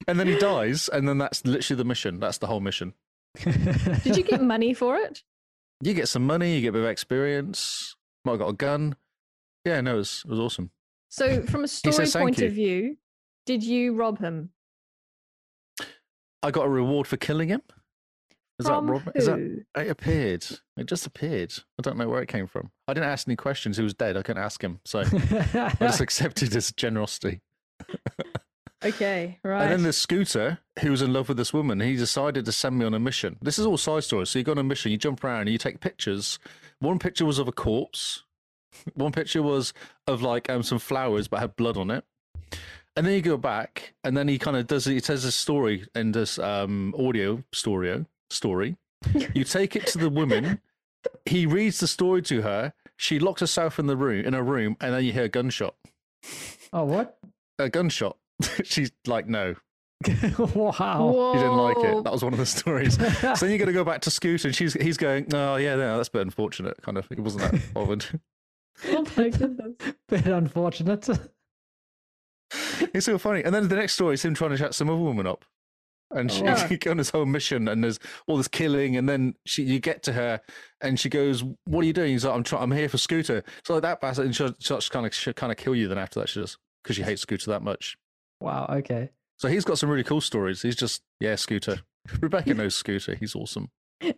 S3: and then he dies, and then that's literally the mission. That's the whole mission.
S2: Did
S1: you get money for it?
S3: You get some money, you get a bit of experience. Might have got a gun. Yeah, no, it was, it was awesome.
S1: So, from a
S3: says
S1: story
S3: thank
S1: point
S3: you.
S1: of view, did you rob him?
S3: I got a reward for killing him. Is
S1: from
S3: that Rob? Is that
S1: who?
S3: it appeared? It just appeared. I don't know where it came from. I didn't ask any questions. He was dead. I couldn't ask him, so I just accepted his generosity.
S1: Okay, right.
S3: And then the scooter, who was in love with this woman, he decided to send me on a mission. This is all side stories. So you go on a mission, you jump around, and you take pictures. One picture was of a corpse. One picture was of like um, some flowers, but had blood on it. And then you go back, and then he kind of does. He tells a story in this um, audio story. Story. You take it to the woman. he reads the story to her. She locks herself in the room in a room, and then you hear a gunshot.
S2: oh, what?
S3: A gunshot. She's like, no,
S2: wow.
S3: you oh, didn't like
S1: Whoa.
S3: it. That was one of the stories. so then you're going to go back to Scooter, and she's he's going, oh yeah, no, that's a bit unfortunate. Kind of, it wasn't that bothered.
S1: Oh my goodness.
S2: Bit unfortunate.
S3: it's so funny. And then the next story is him trying to chat some other woman up, and she,
S1: Oh.
S3: you go on this whole mission, and there's all this killing, and then she you get to her, and she goes, "What are you doing?" He's like, "I'm trying. I'm here for Scooter." So like that bastard, and she'll, she'll kind of she'll kind of kill you. Then after that, she just because she hates Scooter that much.
S2: Wow. Okay.
S3: So he's got some really cool stories. He's just yeah, Scooter. Rebecca knows Scooter. He's awesome. Oh.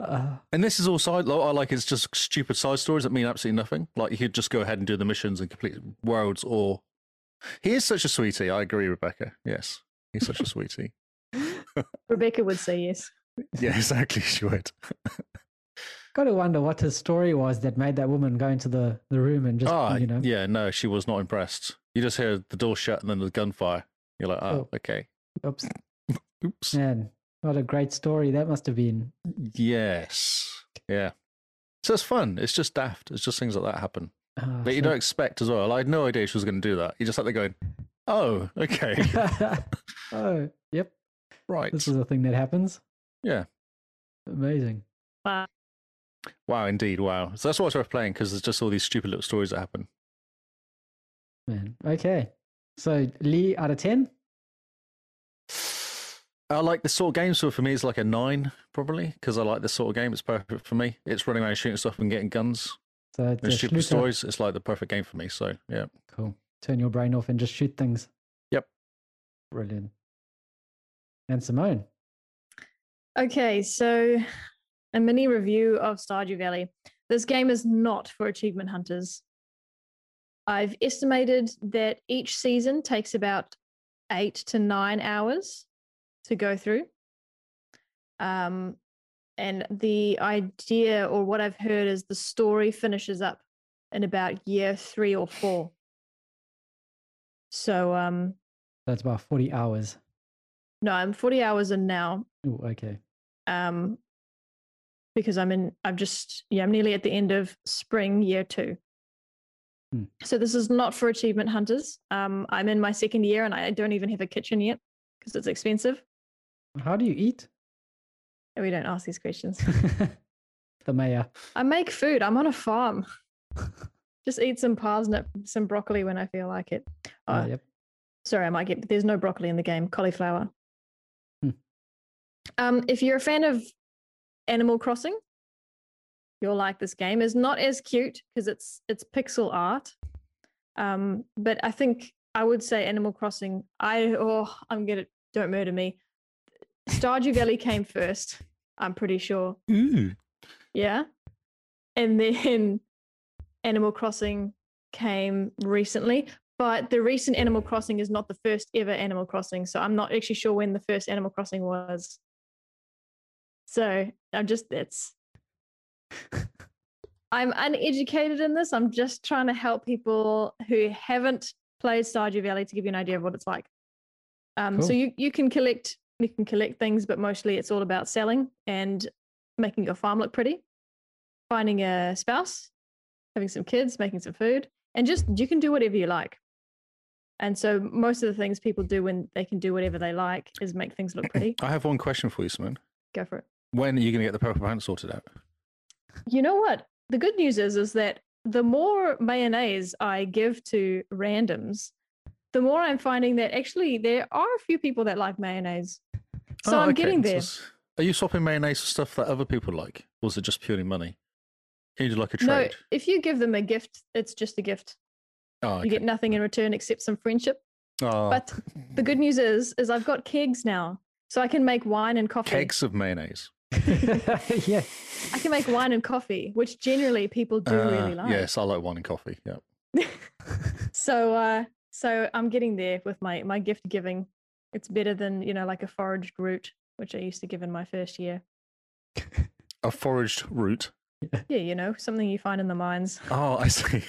S2: Uh,
S3: And this is all side. lo- I like it's just stupid side stories that mean absolutely nothing. Like you could just go ahead and do the missions and complete worlds. Or he is such a sweetie. I agree, Rebecca. Yes, he's such a sweetie.
S1: Rebecca would say yes.
S3: Yeah, exactly. She would.
S2: got to wonder what his story was that made that woman go into the, the room and just
S3: Ah,
S2: you know.
S3: yeah. No, she was not impressed. You just hear the door shut and then the gunfire. You're like, oh, okay.
S2: Oops.
S3: Oops.
S2: Man, what a great story that must have been.
S3: Yes. Yeah. So it's fun. It's just daft. It's just things like that happen
S2: Ah,
S3: that you
S2: so-
S3: don't expect as well. I had no idea she was going to do that. You just like they're going, oh, okay,
S2: oh, yep.
S3: right.
S2: This is a thing that happens.
S3: Yeah.
S2: Amazing.
S1: Wow.
S3: Wow, indeed, wow. So that's why it's worth playing because there's just all these stupid little stories that happen.
S2: Man. Okay. So Lee out of ten?
S3: I like this sort of game, so for me, it's like a nine probably because I like this sort of game. It's perfect for me. It's running around shooting stuff and getting guns
S2: So it's
S3: and
S2: a
S3: stupid
S2: schluter.
S3: stories. It's like the perfect game for me. So yeah,
S2: Cool. Turn your brain off and just shoot things.
S3: Yep.
S2: Brilliant. And Simone.
S1: Okay, so a mini review of Stardew Valley. This game is not for achievement hunters. I've estimated that each season takes about eight to nine hours to go through. Um, and the idea, or what I've heard, is the story finishes up in about year three or four. So, um,
S2: That's about forty hours.
S1: no, I'm 40 hours in now.
S2: Ooh, okay.
S1: Um, because I'm in, I'm just, yeah, I'm nearly at the end of spring year two.
S2: Hmm.
S1: So this is not for achievement hunters. Um, I'm in my second year and I don't even have a kitchen yet because it's expensive.
S2: How do you eat?
S1: And we don't ask these questions.
S2: the mayor.
S1: I make food. I'm on a farm. just eat some parsnip, some broccoli when I feel like it. Oh,
S2: Uh, yep.
S1: sorry, I might get there's no broccoli in the game, cauliflower.
S2: Hmm.
S1: Um, if you're a fan of Animal Crossing, you'll like this game. It's not as cute because it's it's pixel art. Um, but I think I would say Animal Crossing. I oh I'm gonna don't murder me. Stardew Valley came first. I'm pretty sure.
S3: Ooh.
S1: Yeah. And then Animal Crossing came recently, but the recent Animal Crossing is not the first ever Animal Crossing. So I'm not actually sure when the first Animal Crossing was. So I'm just, it's, I'm uneducated in this. I'm just trying to help people who haven't played Stardew Valley to give you an idea of what it's like. Um, So
S2: Cool.
S1: you, you can collect, you can collect things, but mostly it's all about selling and making your farm look pretty, finding a spouse, having some kids, making some food, and just you can do whatever you like. And so most of the things people do when they can do whatever they like is make things look pretty.
S3: I have one question for you, Simon.
S1: Go for it.
S3: When are you going to get the purple pants sorted out?
S1: You know what? The good news is is that the more mayonnaise I give to randoms, the more I'm finding that actually there are a few people that like mayonnaise. So
S3: Oh,
S1: I'm
S3: okay,
S1: getting
S3: so
S1: there.
S3: it's- are you swapping mayonnaise for stuff that other people like? Or is it just purely money? Can you do like a
S1: No,
S3: trade?
S1: if you give them a gift, it's just a gift.
S3: oh,
S1: You get nothing in return except some friendship.
S3: oh,
S1: but The good news is, is I've got kegs now, so I can make wine and coffee.
S3: cakes of mayonnaise.
S2: yeah.
S1: I can make wine and coffee, which generally people do really
S3: Uh,
S1: like.
S3: Yes, I like wine and coffee. Yeah.
S1: So, uh, so I'm getting there with my my gift giving. It's better than you know, like a foraged root, which I used to give in my first year.
S3: A foraged root.
S1: Yeah, you know, something you find in the mines.
S3: Oh, I see.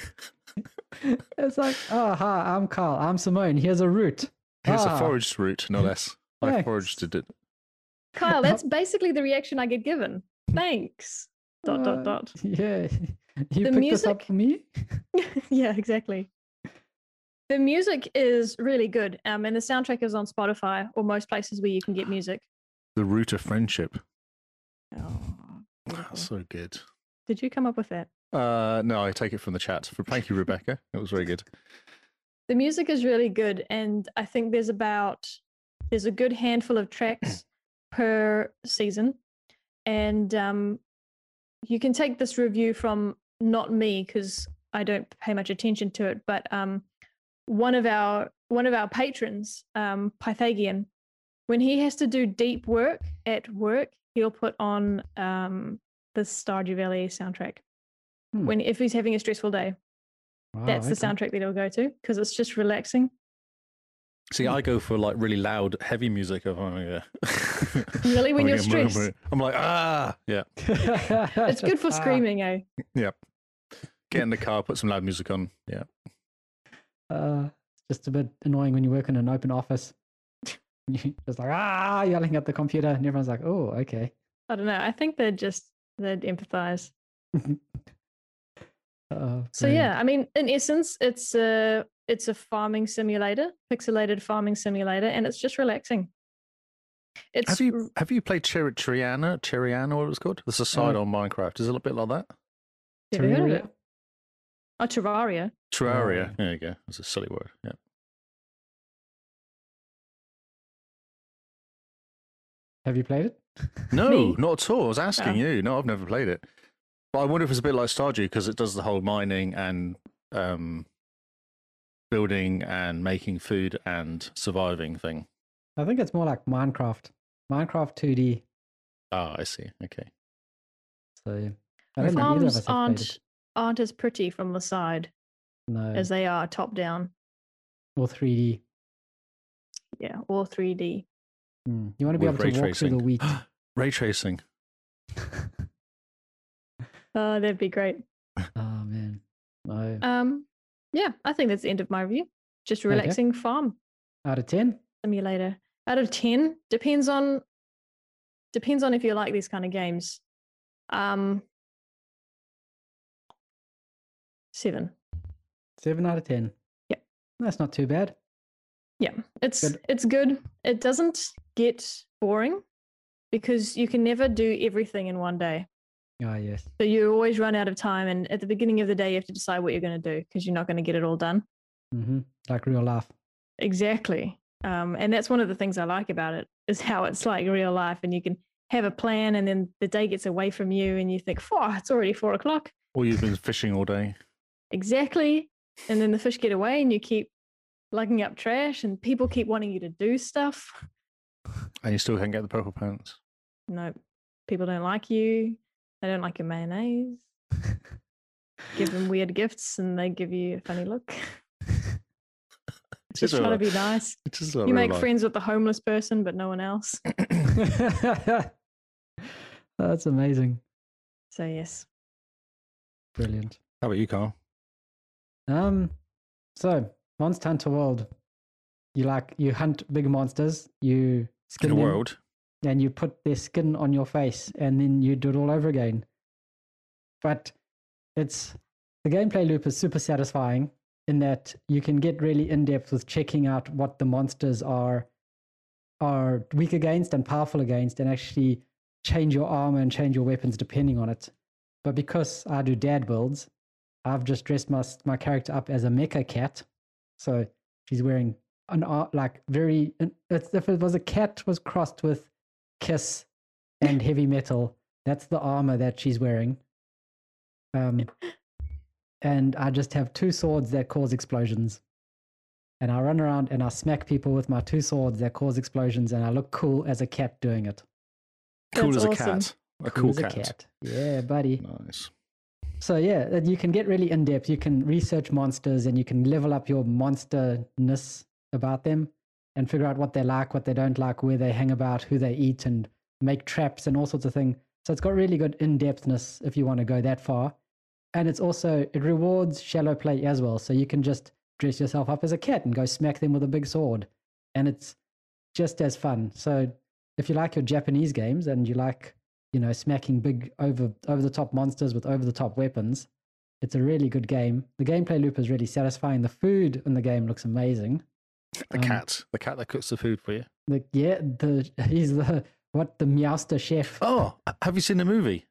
S2: It's like, oh, hi, I'm Carl. I'm Simone. Here's a root.
S3: Here's
S2: Ah.
S3: a foraged root, no less. I
S2: Thanks.
S3: foraged it.
S1: Kyle, that's basically the reaction I get given. Thanks. Dot dot
S2: Uh,
S1: dot.
S2: Yeah. You
S1: The
S2: picked this
S1: music-
S2: up for me?
S1: yeah, exactly. The music is really good, um, and the soundtrack is on Spotify or most places where you can get music.
S3: The root of friendship.
S1: Oh,
S3: That's
S1: beautiful.
S3: so good.
S1: Did you come up with that?
S3: Uh, no, I take it from the chat. F- Thank you, Rebecca. It was very good.
S1: The music is really good, and I think there's about there's a good handful of tracks per season, and um, you can take this review from not me because I don't pay much attention to it, but um, one of our one of our patrons, um, Pythagorean, when he has to do deep work at work, he'll put on um, the Stardew Valley soundtrack.
S2: Hmm.
S1: When if he's having a stressful day,
S2: Wow,
S1: that's the
S2: Oh, okay.
S1: soundtrack that it'll go to because it's just relaxing.
S3: See, I go for like really loud, heavy music. Of, oh, yeah.
S1: Really, when
S3: I
S1: you're
S3: get murmur-
S1: stressed,
S3: I'm like, ah, yeah.
S1: it's good for
S2: Ah,
S1: screaming, eh?
S3: Get in the car, put some loud music on. Yeah.
S2: Uh, it's just a bit annoying when you work in an open office. You just like ah, yelling at the computer, and everyone's like, "Oh, okay."
S1: I don't know. I think they'd just they'd empathize.
S2: Uh,
S1: So yeah, I mean, in essence, it's a it's a farming simulator, pixelated farming simulator, and it's just relaxing. It's
S3: Have you have you played Cher- Triana? Cheriana, what it was called? There's a side on Minecraft. Is it a bit like that?
S1: have you heard of it? Oh, Terraria.
S3: Terraria. There you go. That's a silly word. Yeah.
S2: Have you played it?
S3: No,
S1: Me?
S3: not at all. I was asking you. No, I've never played it. But I wonder if it's a bit like Stardew because it does the whole mining and um, building and making food and surviving thing.
S2: I think it's more like Minecraft, Minecraft 2D.
S3: Ah, I see. Okay.
S2: So yeah. I
S1: The
S2: don't think either of
S1: farms
S2: us have played
S1: aren't
S2: it.
S1: aren't as pretty from the side
S2: no
S1: as they are top down.
S2: or 3D.
S1: Yeah, or 3D.
S2: Mm. You want to be
S3: With
S2: able to walk through the wheat.
S3: ray tracing.
S1: Oh, that'd be great.
S2: oh man, no.
S1: Um, yeah, I think that's the end of my review. Just a
S2: Okay.
S1: relaxing farm
S2: Out of ten,
S1: simulator. Out of ten, depends on depends on if you like these kind of games. Um, seven.
S2: Seven out of ten.
S1: Yep.
S2: That's not too bad.
S1: Yeah, it's
S2: Good.
S1: it's good. It doesn't get boring because you can never do everything in one day.
S2: Ah, yes.
S1: So you always run out of time, and at the beginning of the day, you have to decide what you're going to do because you're not going to get it all done.
S2: hmm Like real life.
S1: Exactly. Um, and that's one of the things I like about it is how it's like real life, and you can have a plan, and then the day gets away from you, and you think, "Phew, it's already four o'clock."
S3: Or you've been fishing all day.
S1: Exactly. And then the fish get away, and you keep lugging up trash, and people keep wanting you to do stuff.
S3: and you still can't get the purple pants.
S1: No, people don't like you. They don't like your mayonnaise. give them weird gifts, and they give you a funny look.
S3: It's
S1: Just
S3: a
S1: trying to
S3: lot-
S1: be nice.
S3: it's just a lot
S1: You
S3: of
S1: make
S3: life.
S1: friends with the homeless person, but no one else.
S2: That's amazing.
S1: So yes,
S2: Brilliant.
S3: How about you, Carl?
S2: Um, so Monster Hunter World, you like you hunt big monsters, you
S3: In
S2: skin
S3: the
S2: them,
S3: world.
S2: and you put their skin on your face, and then you do it all over again. But it's the gameplay loop is super satisfying in that you can get really in depth with checking out what the monsters are are weak against and powerful against, and actually change your armor and change your weapons depending on it. But because I do dad builds, I've just dressed my s- my character up as a mecha cat, so she's wearing an ar- like very an, it's, if it was a cat was crossed with kiss and heavy metal. That's the armor that she's wearing. Um, and I just have two swords that cause explosions. And I run around and I smack people with my two swords that cause explosions, and I look cool as a cat doing it.
S3: Cool
S1: That's
S3: as a
S1: awesome.
S3: cat. A cool,
S2: as
S3: cat.
S2: a cat. Yeah, buddy.
S3: Nice.
S2: So yeah, that you can get really in depth. You can research monsters and you can level up your monsterness about them and figure out what they like, what they don't like, where they hang about, who they eat, and make traps and all sorts of things. So it's got really good in depthness if you want to go that far. And it's also it rewards shallow play as well. So you can just dress yourself up as a cat and go smack them with a big sword. And it's just as fun. So if you like your Japanese games and you like you know, smacking big over over the top monsters with over the top weapons. It's a really good game. The gameplay loop is really satisfying. The food in the game looks amazing.
S3: The
S2: Um,
S3: cat. The cat that cooks the food for you.
S2: The yeah, the he's the what the meowster chef.
S3: Oh, h- have you seen the movie?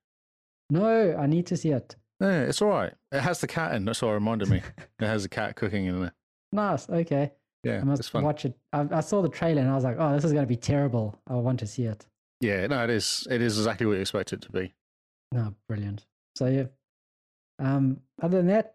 S2: No, I need to see it.
S3: Yeah, it's all right. It has the cat in. That's what reminded me. it has a cat cooking in there.
S2: Nice. Okay,
S3: Yeah,
S2: I must
S3: it's fun.
S2: watch it. I, I saw the trailer and I was like, oh, this is going to be terrible. I want to see it.
S3: Yeah, no, it is. It is exactly what you expect it to be.
S2: No, brilliant. So yeah. Um, other than that,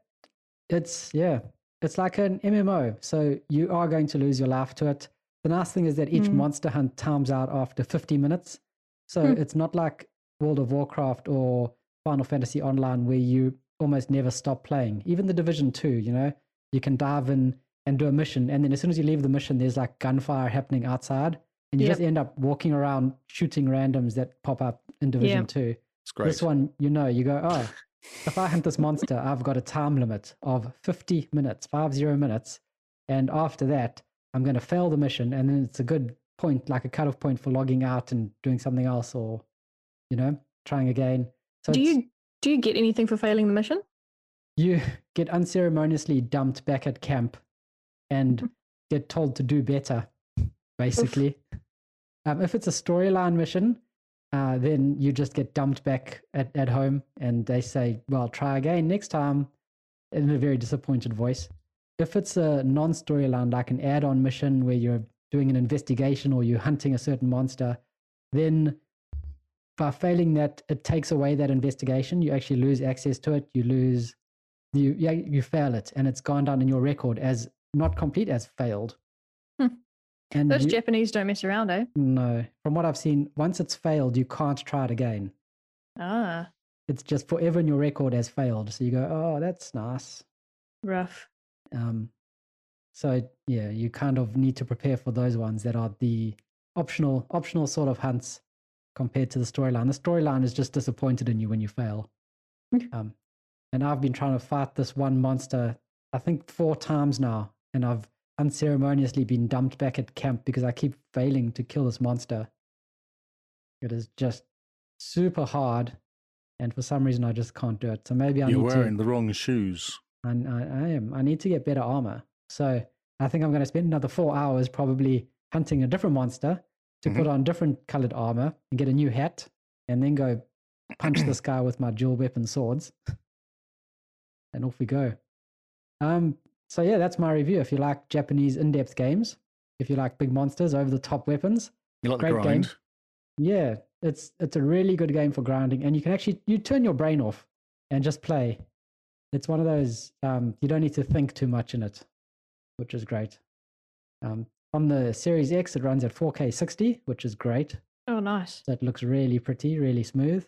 S2: it's yeah, it's like an MMO. So you are going to lose your life to it. The nice thing is that each
S1: Mm.
S2: monster hunt times out after 50 minutes. So
S1: Hmm.
S2: it's not like World of Warcraft or Final Fantasy Online where you almost never stop playing. Even the Division 2, you know, you can dive in and do a mission, and then as soon as you leave the mission, there's like gunfire happening outside, and you
S1: Yep.
S2: just end up walking around shooting randoms that pop up in Division 2.
S3: It's great.
S2: This one, you know, you go, oh, if I hunt this monster, I've got a time limit of 50 minutes, five zero minutes. And after that, I'm going to fail the mission. And then it's a good point, like a cutoff point for logging out and doing something else or, you know, trying again. So
S1: do
S2: it's-
S1: you do you get anything for failing the mission?
S2: you get unceremoniously dumped back at camp and get told to do better, basically. Um, if it's a storyline mission, uh, then you just get dumped back at, at home and they say, well, try again next time in a very disappointed voice. If it's a non storyline, like an add on mission where you're doing an investigation or you're hunting a certain monster, then by failing that, it takes away that investigation. You actually lose access to it. You lose you yeah you fail it and it's gone down in your record as not complete as failed
S1: Hmm.
S2: and
S1: Those
S2: you-
S1: Japanese don't mess around, eh?
S2: no from what i've seen once it's failed you can't try it again
S1: Ah,
S2: it's just forever in your record as failed so you go oh that's nice
S1: rough.
S2: um so yeah you kind of need to prepare for those ones that are the optional optional sort of hunts compared to the storyline the storyline is just disappointed in you when you fail um and i've been trying to fight this one monster i think four times now and i've unceremoniously been dumped back at camp because i keep failing to kill this monster it is just super hard And for some reason, I just can't do it. So maybe I
S3: You're
S2: need
S3: wearing
S2: to.
S3: the wrong shoes.
S2: I, I, I am. I need to get better armor. So I think I'm going to spend another four hours probably hunting a different monster to put on different colored armor and get a new hat and then go punch this guy with my dual weapon swords. and off we go. Um, so yeah, that's my review. If you like Japanese in-depth games, if you like big monsters, over-the-top weapons,
S3: You like
S2: Great
S3: the
S2: game.
S3: grind?
S2: yeah, it's it's a really good game for grounding, and you can actually you turn your brain off and just play. It's one of those um, you don't need to think too much in it, which is great. Um, on the Series X, it runs at 4K 60, which is great.
S1: Oh, nice.
S2: So it looks really pretty, really smooth.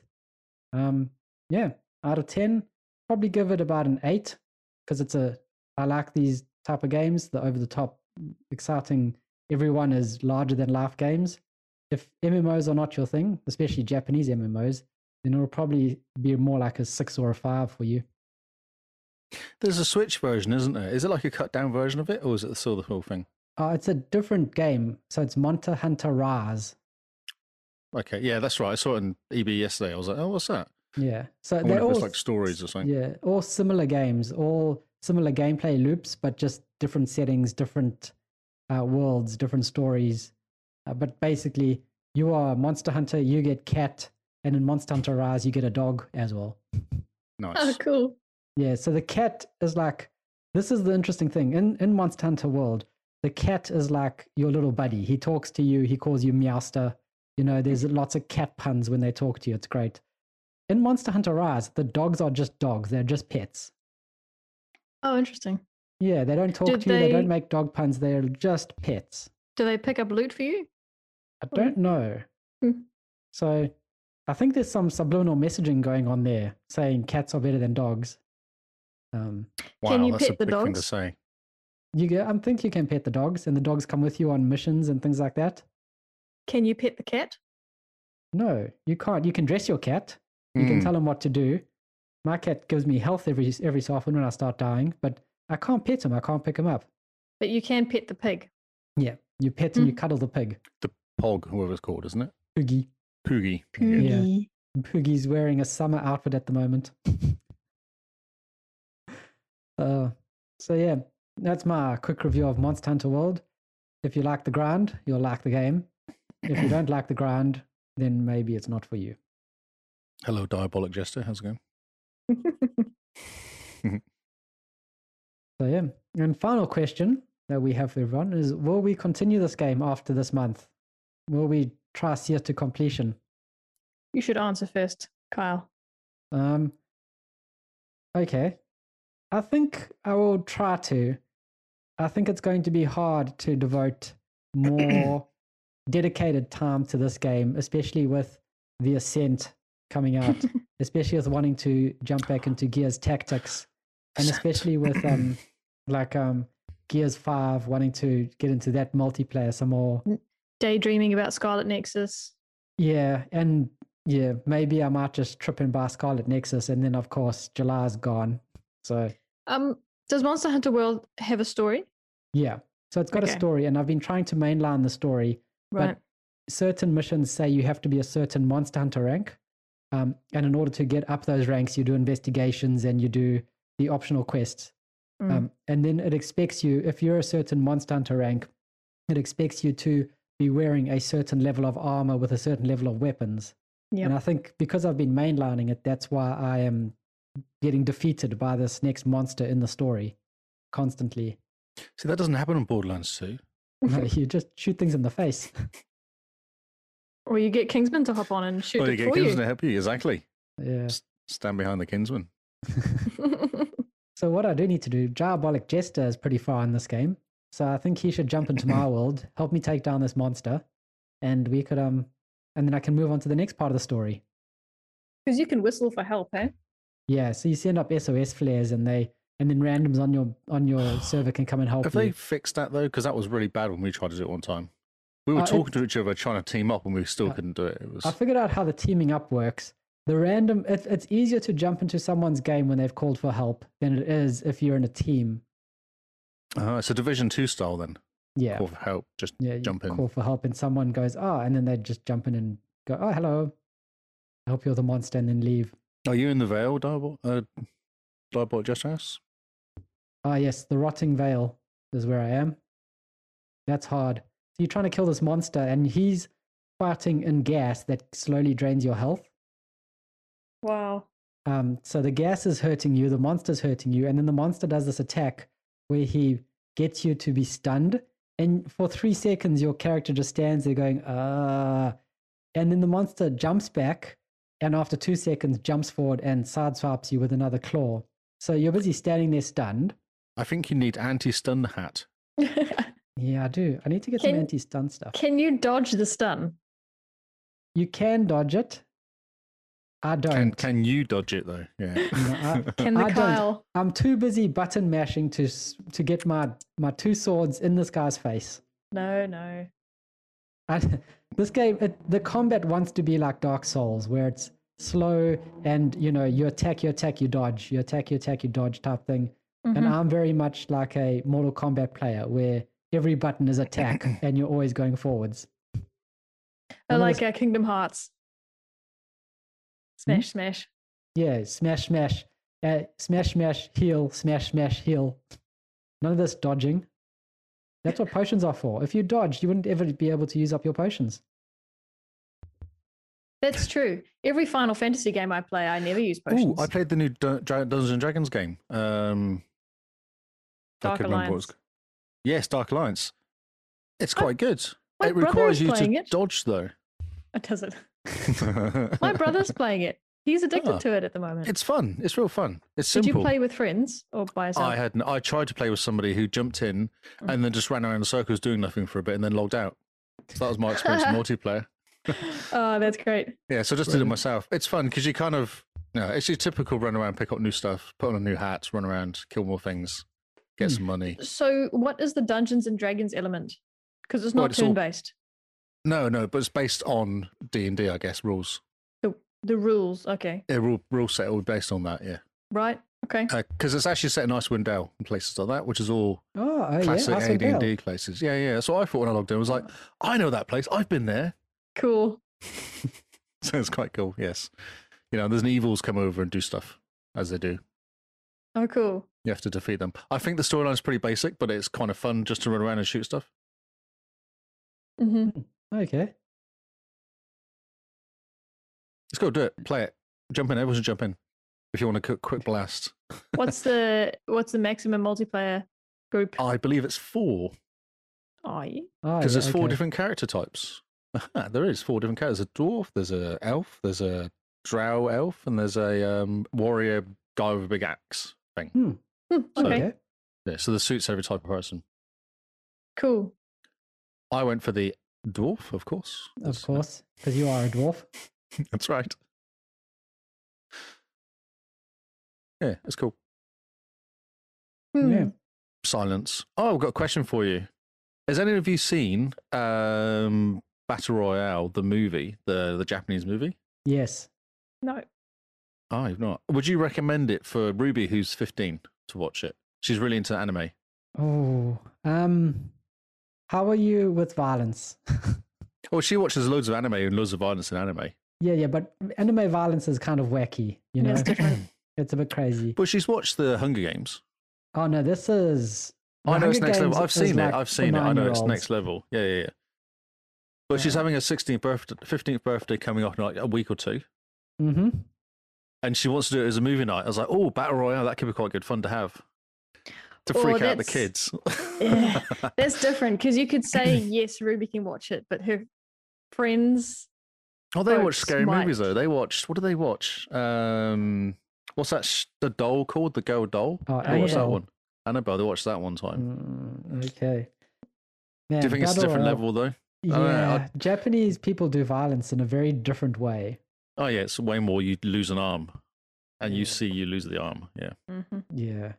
S2: Um, yeah, out of ten, probably give it about an eight because it's a. I like these type of games, the over the top, exciting. Everyone is larger than life games. If MMOs are not your thing, especially Japanese MMOs, then it'll probably be more like a six or a five for you.
S3: There's a Switch version, isn't there? Is it like a cut down version of it, or is it still the whole thing?
S2: Uh, it's a different game, so it's Monster Hunter Rise.
S3: Okay, yeah, that's right. I saw it in EB yesterday. I was like, oh, what's that?
S2: Yeah, so
S3: I
S2: they
S3: wonder if
S2: all
S3: it's like stories or something.
S2: Yeah, all similar games, all similar gameplay loops, but just different settings, different uh, worlds, different stories. Uh, but basically, you are Monster Hunter, you get cat, and in Monster Hunter Rise, you get a dog as well.
S1: Oh,
S3: Nice.
S1: cool.
S2: Yeah, so the cat is like this is the interesting thing in in Monster Hunter World. The cat is like your little buddy. He talks to you. He calls you Meowster. You know, there's lots of cat puns when they talk to you. It's great. In Monster Hunter Rise, the dogs are just dogs. They're just pets.
S1: Oh, interesting.
S2: Yeah, they don't talk
S1: Did
S2: to you. They...
S1: they-
S2: don't make dog puns. They're just pets.
S1: Do they pick up loot for you?
S2: I
S1: Oh.
S2: don't know.
S1: Hmm.
S2: So I think there's some subliminal messaging going on there saying cats are better than dogs. Um,
S3: Wow,
S1: Can you
S3: that's a
S1: pet the
S3: big thing to
S1: dogs?
S3: say.
S2: you get, I think you can pet the dogs, and the dogs come with you on missions and things like that.
S1: Can you pet the cat?
S2: No, you can't. You can dress your cat. You can
S1: Hmm.
S3: Mm.
S2: tell him what to do. My cat gives me health every every so often when I start dying, but I can't pet him. I can't pick him up.
S1: But you can pet the pig.
S2: Yeah, you pet
S1: Hmm.
S2: and you cuddle the pig.
S3: Pog, whoever it's called, isn't it?
S2: Poogie.
S3: Poogie.
S2: Poogie.
S3: Yeah.
S1: Poogie.
S2: Poogie's wearing a summer outfit at the moment. uh, so yeah, that's my quick review of Monster Hunter World. If you like the grind, you'll like the game. If you don't like the grind, then maybe it's not for you.
S3: Hello, Diabolic Jester. How's it going?
S2: So yeah. And final question that we have for everyone is: Will we continue this game after this month? Will we try see it to completion?
S1: You should answer first, Kyle.
S2: Um. Okay, I think I will try to. I think it's going to be hard to devote more dedicated time to this game, especially with the Ascent coming out, especially with wanting to jump back into Gears Tactics, and
S3: Ascent.
S2: especially with um like um Gears Five wanting to get into that multiplayer some more.
S1: Daydreaming about Scarlet Nexus.
S2: Yeah, and yeah, maybe I might just trip and buy Scarlet Nexus, and then of course July's gone. So
S1: Um, does Monster Hunter World have a story?
S2: yeah, so it's got a
S1: Okay.
S2: story, and I've been trying to mainline the story. But-
S1: Right.
S2: Certain missions say you have to be a certain Monster Hunter rank, um, and in order to get up those ranks, you do investigations and you do the optional quests.
S1: Mm.
S2: Um, and then it expects you, if you're a certain Monster Hunter rank, it expects you to be wearing a certain level of armor with a certain level of weapons.
S1: Yep.
S2: And I think because I've been mainlining it, that's why I am getting defeated by this next monster in the story constantly.
S3: See, that doesn't happen on Borderlands 2.
S2: No, you just shoot things in the face.
S1: or you get Kingsman to hop on and shoot
S3: Oh, you
S1: it
S3: get
S1: for
S3: Kingsman to
S1: you.
S3: help you. Exactly.
S2: Yeah.
S3: Stand behind the Kinsman.
S2: So what I do need to do, Diabolic Jester is pretty far in this game. So I think he should jump into my world, help me take down this monster, and we could um and then I can move on to the next part of the story.
S1: Because you can whistle for help, eh?
S2: Yeah, so you send up SOS flares and they and then randoms on your on your server can come and help
S3: Have
S2: you.
S3: they fixed that, though? Because that was really bad when we tried to do it one time. We were
S2: Uh, it-
S3: talking to each other, trying to team up, and we still
S2: Uh,
S3: couldn't do it. It was.
S2: I figured out how the teaming up works. The random, it, it's easier to jump into someone's game when they've called for help than it is if you're in a team.
S3: Uh, it's a Division 2 style, then.
S2: Yeah.
S3: Call for help. Just
S2: Yeah. you
S3: jump in.
S2: Call for help and someone goes, oh, and then they just jump in and go, oh, hello. I hope you're the monster and then leave.
S3: Are you in the veil, Diabot? Uh, Diabot Just House?
S2: Ah, yes, the rotting veil is where I am. That's hard. So you're trying to kill this monster, and he's farting in gas that slowly drains your health.
S1: Wow.
S2: Um, so the gas is hurting you, the monster's hurting you, and then the monster does this attack where he gets you to be stunned. And for three seconds, your character just stands there going, ah. And then the monster jumps back, and after two seconds, jumps forward and side swipes you with another claw. So you're busy standing there stunned.
S3: I think you need anti stun hat.
S2: Yeah, I do. I need to get some
S1: Can-
S2: anti stun stuff.
S1: Can you dodge the stun?
S2: You can dodge it. I don't.
S3: Can, can you dodge it, though? Yeah.
S2: No, uh,
S1: Can the
S2: I don't.
S1: Kyle?
S2: I'm too busy button mashing to s- to get my my two swords in this guy's face.
S1: No, no.
S2: I, this game, it, the combat wants to be like Dark Souls, where it's slow and you know you attack, you attack, you dodge, you attack, you attack, you dodge type thing. And
S3: Mm-hmm.
S1: Mhm.
S2: I'm very much like a Mortal Kombat player, where every button is attack and you're always going forwards.
S1: I
S2: I'm
S1: like uh, Kingdom Hearts.
S3: Hmm?
S1: Smash, smash.
S2: Yeah, smash, smash, uh, smash, smash, heal, smash, smash, heal. None of this dodging. That's what potions are for. If you dodged, you wouldn't ever be able to use up your potions.
S1: That's true. Every Final Fantasy game I play, I never use
S3: Oh,
S1: potions.
S3: I played the new Dun- Dra- Dungeons and Dragons game. Um,
S1: Dark
S3: couldn't remember what it was
S1: Alliance.
S3: c- Yes, Dark Alliance. It's
S1: My-
S3: quite good.
S1: my
S3: it
S1: brother
S3: requires
S1: is
S3: you to
S1: playing it.
S3: dodge, though.
S1: It doesn't. My brother's playing it. He's addicted
S3: Ah.
S1: to it at the moment.
S3: It's fun. It's real fun. It's
S1: Did
S3: simple.
S1: you play with friends or by
S3: I
S1: yourself?
S3: had. n- I tried to play with somebody who jumped in and then just ran around in circles doing nothing for a bit and then logged out. So that was my experience in multiplayer.
S1: oh, that's great.
S3: Yeah, so I just did it
S2: Brilliant.
S3: myself. It's fun because you kind of, you know, it's your typical run around, pick up new stuff, put on a new hat, run around, kill more things, get
S2: Hmm.
S3: some money.
S1: So, what is the Dungeons and Dragons element? Because it's
S3: Well,
S1: not
S3: Oh, it's all-
S1: turn based.
S3: No, no, but it's based on D and D, I guess, rules.
S1: The rules, okay,
S3: Yeah, rule rule set all based on that. Yeah,
S1: right? Okay.
S3: because it's actually set in Icewind Dale and places like that, which is all
S2: Oh, oh
S3: classic
S2: yeah, Icewind
S3: AD and
S2: Dale.
S3: D places. Yeah, yeah. That's what I thought when I logged in. I was like, I know that place. I've been there.
S1: Cool.
S3: so it's quite cool. Yes, you know, there's an evils come over and do stuff as they do.
S1: Oh, cool.
S3: You have to defeat them. I think the storyline's pretty basic, but it's kind of fun just to run around and shoot stuff.
S1: hmm
S2: Okay.
S3: Let's go do it. Play it. Jump in. Everyone should jump in. If you want a quick, quick blast.
S1: What's the what's the maximum multiplayer group?
S3: I believe it's four
S1: Oh, yeah.
S2: Oh,
S3: because
S2: yeah,
S3: there's four
S2: okay.
S3: different character types. Aha, there is four different characters. There's a dwarf. There's a elf. There's a drow elf, and there's a um, warrior guy with a big axe thing.
S1: Hmm,
S3: So-
S1: okay.
S2: Okay.
S3: Yeah, so the suits every type of person.
S1: Cool.
S3: I went for the dwarf, of course.
S2: Of course, because you are a dwarf.
S3: That's right. Yeah, it's cool.
S1: Hmm.
S2: Yeah.
S3: Silence. Oh, I've got a question for you. Has any of you seen um, Battle Royale, the movie, the, the Japanese movie?
S2: Yes.
S1: No.
S3: I've not. Would you recommend it for Ruby, who's 15, to watch it? She's really into anime.
S2: Oh. Um. How are you with violence?
S3: Well, she watches loads of anime and loads of violence in anime.
S2: yeah, yeah, but anime violence is kind of wacky. You know,
S1: That's different.
S2: it's a bit crazy.
S3: But she's watched the Hunger Games.
S2: Oh no, this is. The
S3: I know it's
S2: Hunger
S3: next level.
S2: Games
S3: I've
S2: is
S3: seen
S2: like
S3: it. I've
S2: for
S3: seen it. I know it's
S2: nine-year-olds.
S3: next level. Yeah, yeah, yeah. But she's
S2: Yeah.
S3: having her 16th birthday, 15th birthday coming up in like a week or two.
S2: Mm-hmm.
S3: and she wants to do it as a movie night. I was like, oh, battle royale, that could be quite good fun to have to
S1: Or
S3: freak out the
S1: that's-
S3: kids.
S1: Yeah. That's different because you could say yes, Ruby can watch it, but her friends.
S3: oh, they watch
S1: Folks
S3: scary
S1: might-
S3: movies though. They watched what do they watch? Um, what's that? Sh- the doll called the girl doll.
S2: Oh,
S3: They watched that
S2: Annabelle.
S3: one. Annabelle. They watched that one time.
S2: Mm, okay.
S3: do you think it's a different level though?
S2: Yeah,
S3: I don't know, I-
S2: Japanese people do violence in a very different way.
S3: Oh yeah, it's way more. You lose an arm, and you
S2: Yeah.
S3: see you lose the arm. Yeah.
S2: Mm-hmm.
S1: Mhm.
S2: Yeah,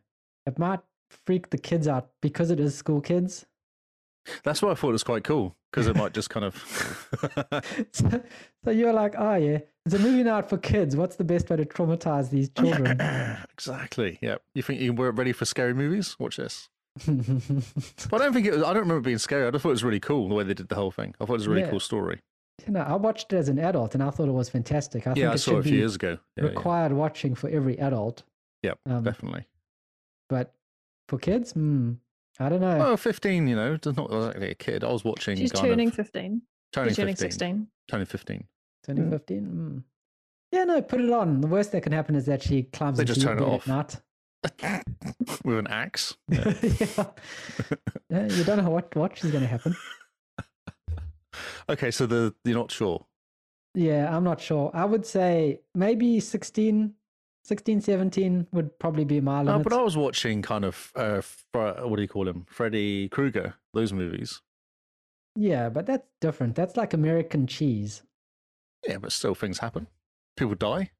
S2: it might freak the kids out because it is school kids.
S3: That's why I thought it was quite cool because it might just kind of.
S2: so, so you're like, oh yeah, it's a movie night for kids. What's the best way to traumatize these children?
S3: exactly. Yeah. You think you were ready for scary movies? Watch this.
S2: yeah,
S3: But I don't think it was, I don't remember it being scary. I just thought it was really cool the way they did the whole thing. I thought it was a really
S2: Yeah.
S3: cool story.
S2: You know, I watched it as an adult, and I thought it was fantastic. I think
S3: yeah, I
S2: it
S3: saw
S2: should
S3: it a few
S2: be
S3: years ago. Yeah, yeah.
S2: required watching for every adult,
S3: Yep,
S2: um,
S3: definitely.
S2: but for kids, mm, I don't know.
S3: Oh, 15, you know, it's not exactly a kid. I was watching.
S1: She's
S3: kind of-
S1: turning 15.
S3: turning
S1: She's turning
S3: 15,
S1: 16.
S3: Turning 15.
S2: 2015. Mm. Yeah, no, put it on. The worst that can happen is that she climbs
S3: They
S2: into
S3: just
S2: your
S3: turn it
S2: bed
S3: off.
S2: at night.
S3: With an axe.
S2: Yeah. Yeah, you don't know what what is going to happen.
S3: Okay, so the you're not sure.
S2: Yeah, I'm not sure. I would say maybe 16, 16, 17 would probably be my
S3: No,
S2: limit.
S3: Uh, but I was watching kind of, uh, Fre- what do you call him? Freddy Krueger, those movies.
S2: yeah, but that's different. That's like American cheese.
S3: Yeah, but still things happen. People die.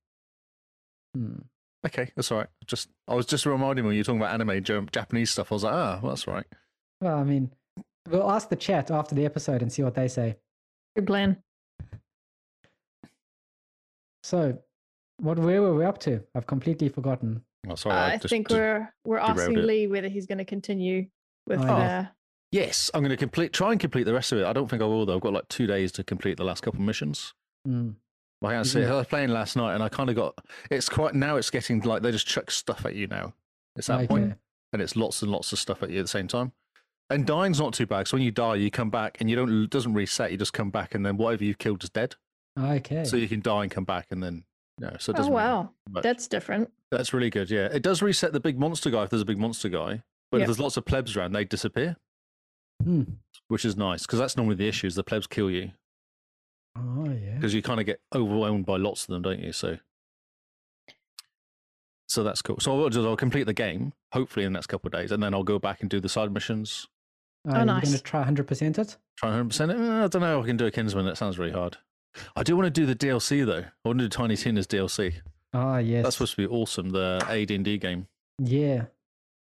S2: Hmm.
S3: Okay, that's all right. Just I was just reminding me when you were talking about anime Jap- Japanese stuff. I was like, ah, well, that's right.
S2: Well, I mean, we'll ask the chat after the episode and see what they say.
S1: Good plan.
S2: So, what where were we up to? I've completely forgotten.
S3: Oh, sorry,
S1: I
S3: just-
S1: think
S3: just-
S1: we're we're
S3: derailed
S1: asking
S3: it.
S1: Lee whether he's going to continue with
S2: Oh,
S1: uh,
S2: yeah.
S3: yes. I'm going to complete. Try and complete the rest of it. I don't think I will though. I've got like two days to complete the last couple missions.
S2: Hmm.
S3: Like I say, I was playing last night, and I kind of got. It's quite now. It's getting like they just chuck stuff at you now. It's that point,
S2: Okay.
S3: and it's lots and lots of stuff at you at the same time. And dying's not too bad. So when you die, you come back, and you don't it doesn't reset. You just come back, and then whatever you've killed is dead.
S2: Okay.
S3: So you can die and come back, and then no. So it
S1: oh
S3: doesn't really
S1: wow,
S3: much.
S1: that's different.
S3: That's really good. Yeah, it does reset the big monster guy if there's a big monster guy. But
S1: Yeah.
S3: if there's lots of plebs around, they disappear,
S2: Hmm.
S3: which is nice because that's normally the issue: is the plebs kill you
S2: Oh yeah.
S3: because you kind of get overwhelmed by lots of them, don't you? So, so that's cool. So what I'll do is I'll complete the game hopefully in the next couple of days, and then I'll go back and do the side missions.
S2: Are you going
S1: nice.
S2: to try 100% it?
S3: Try 100. percent Eh, I don't know. if I can do a Kinsman. That sounds really hard. I do want to do the DLC though. I want to do Tiny Tina's DLC.
S2: Ah, yes.
S3: That's supposed to be awesome. The AD&D game.
S2: Yeah.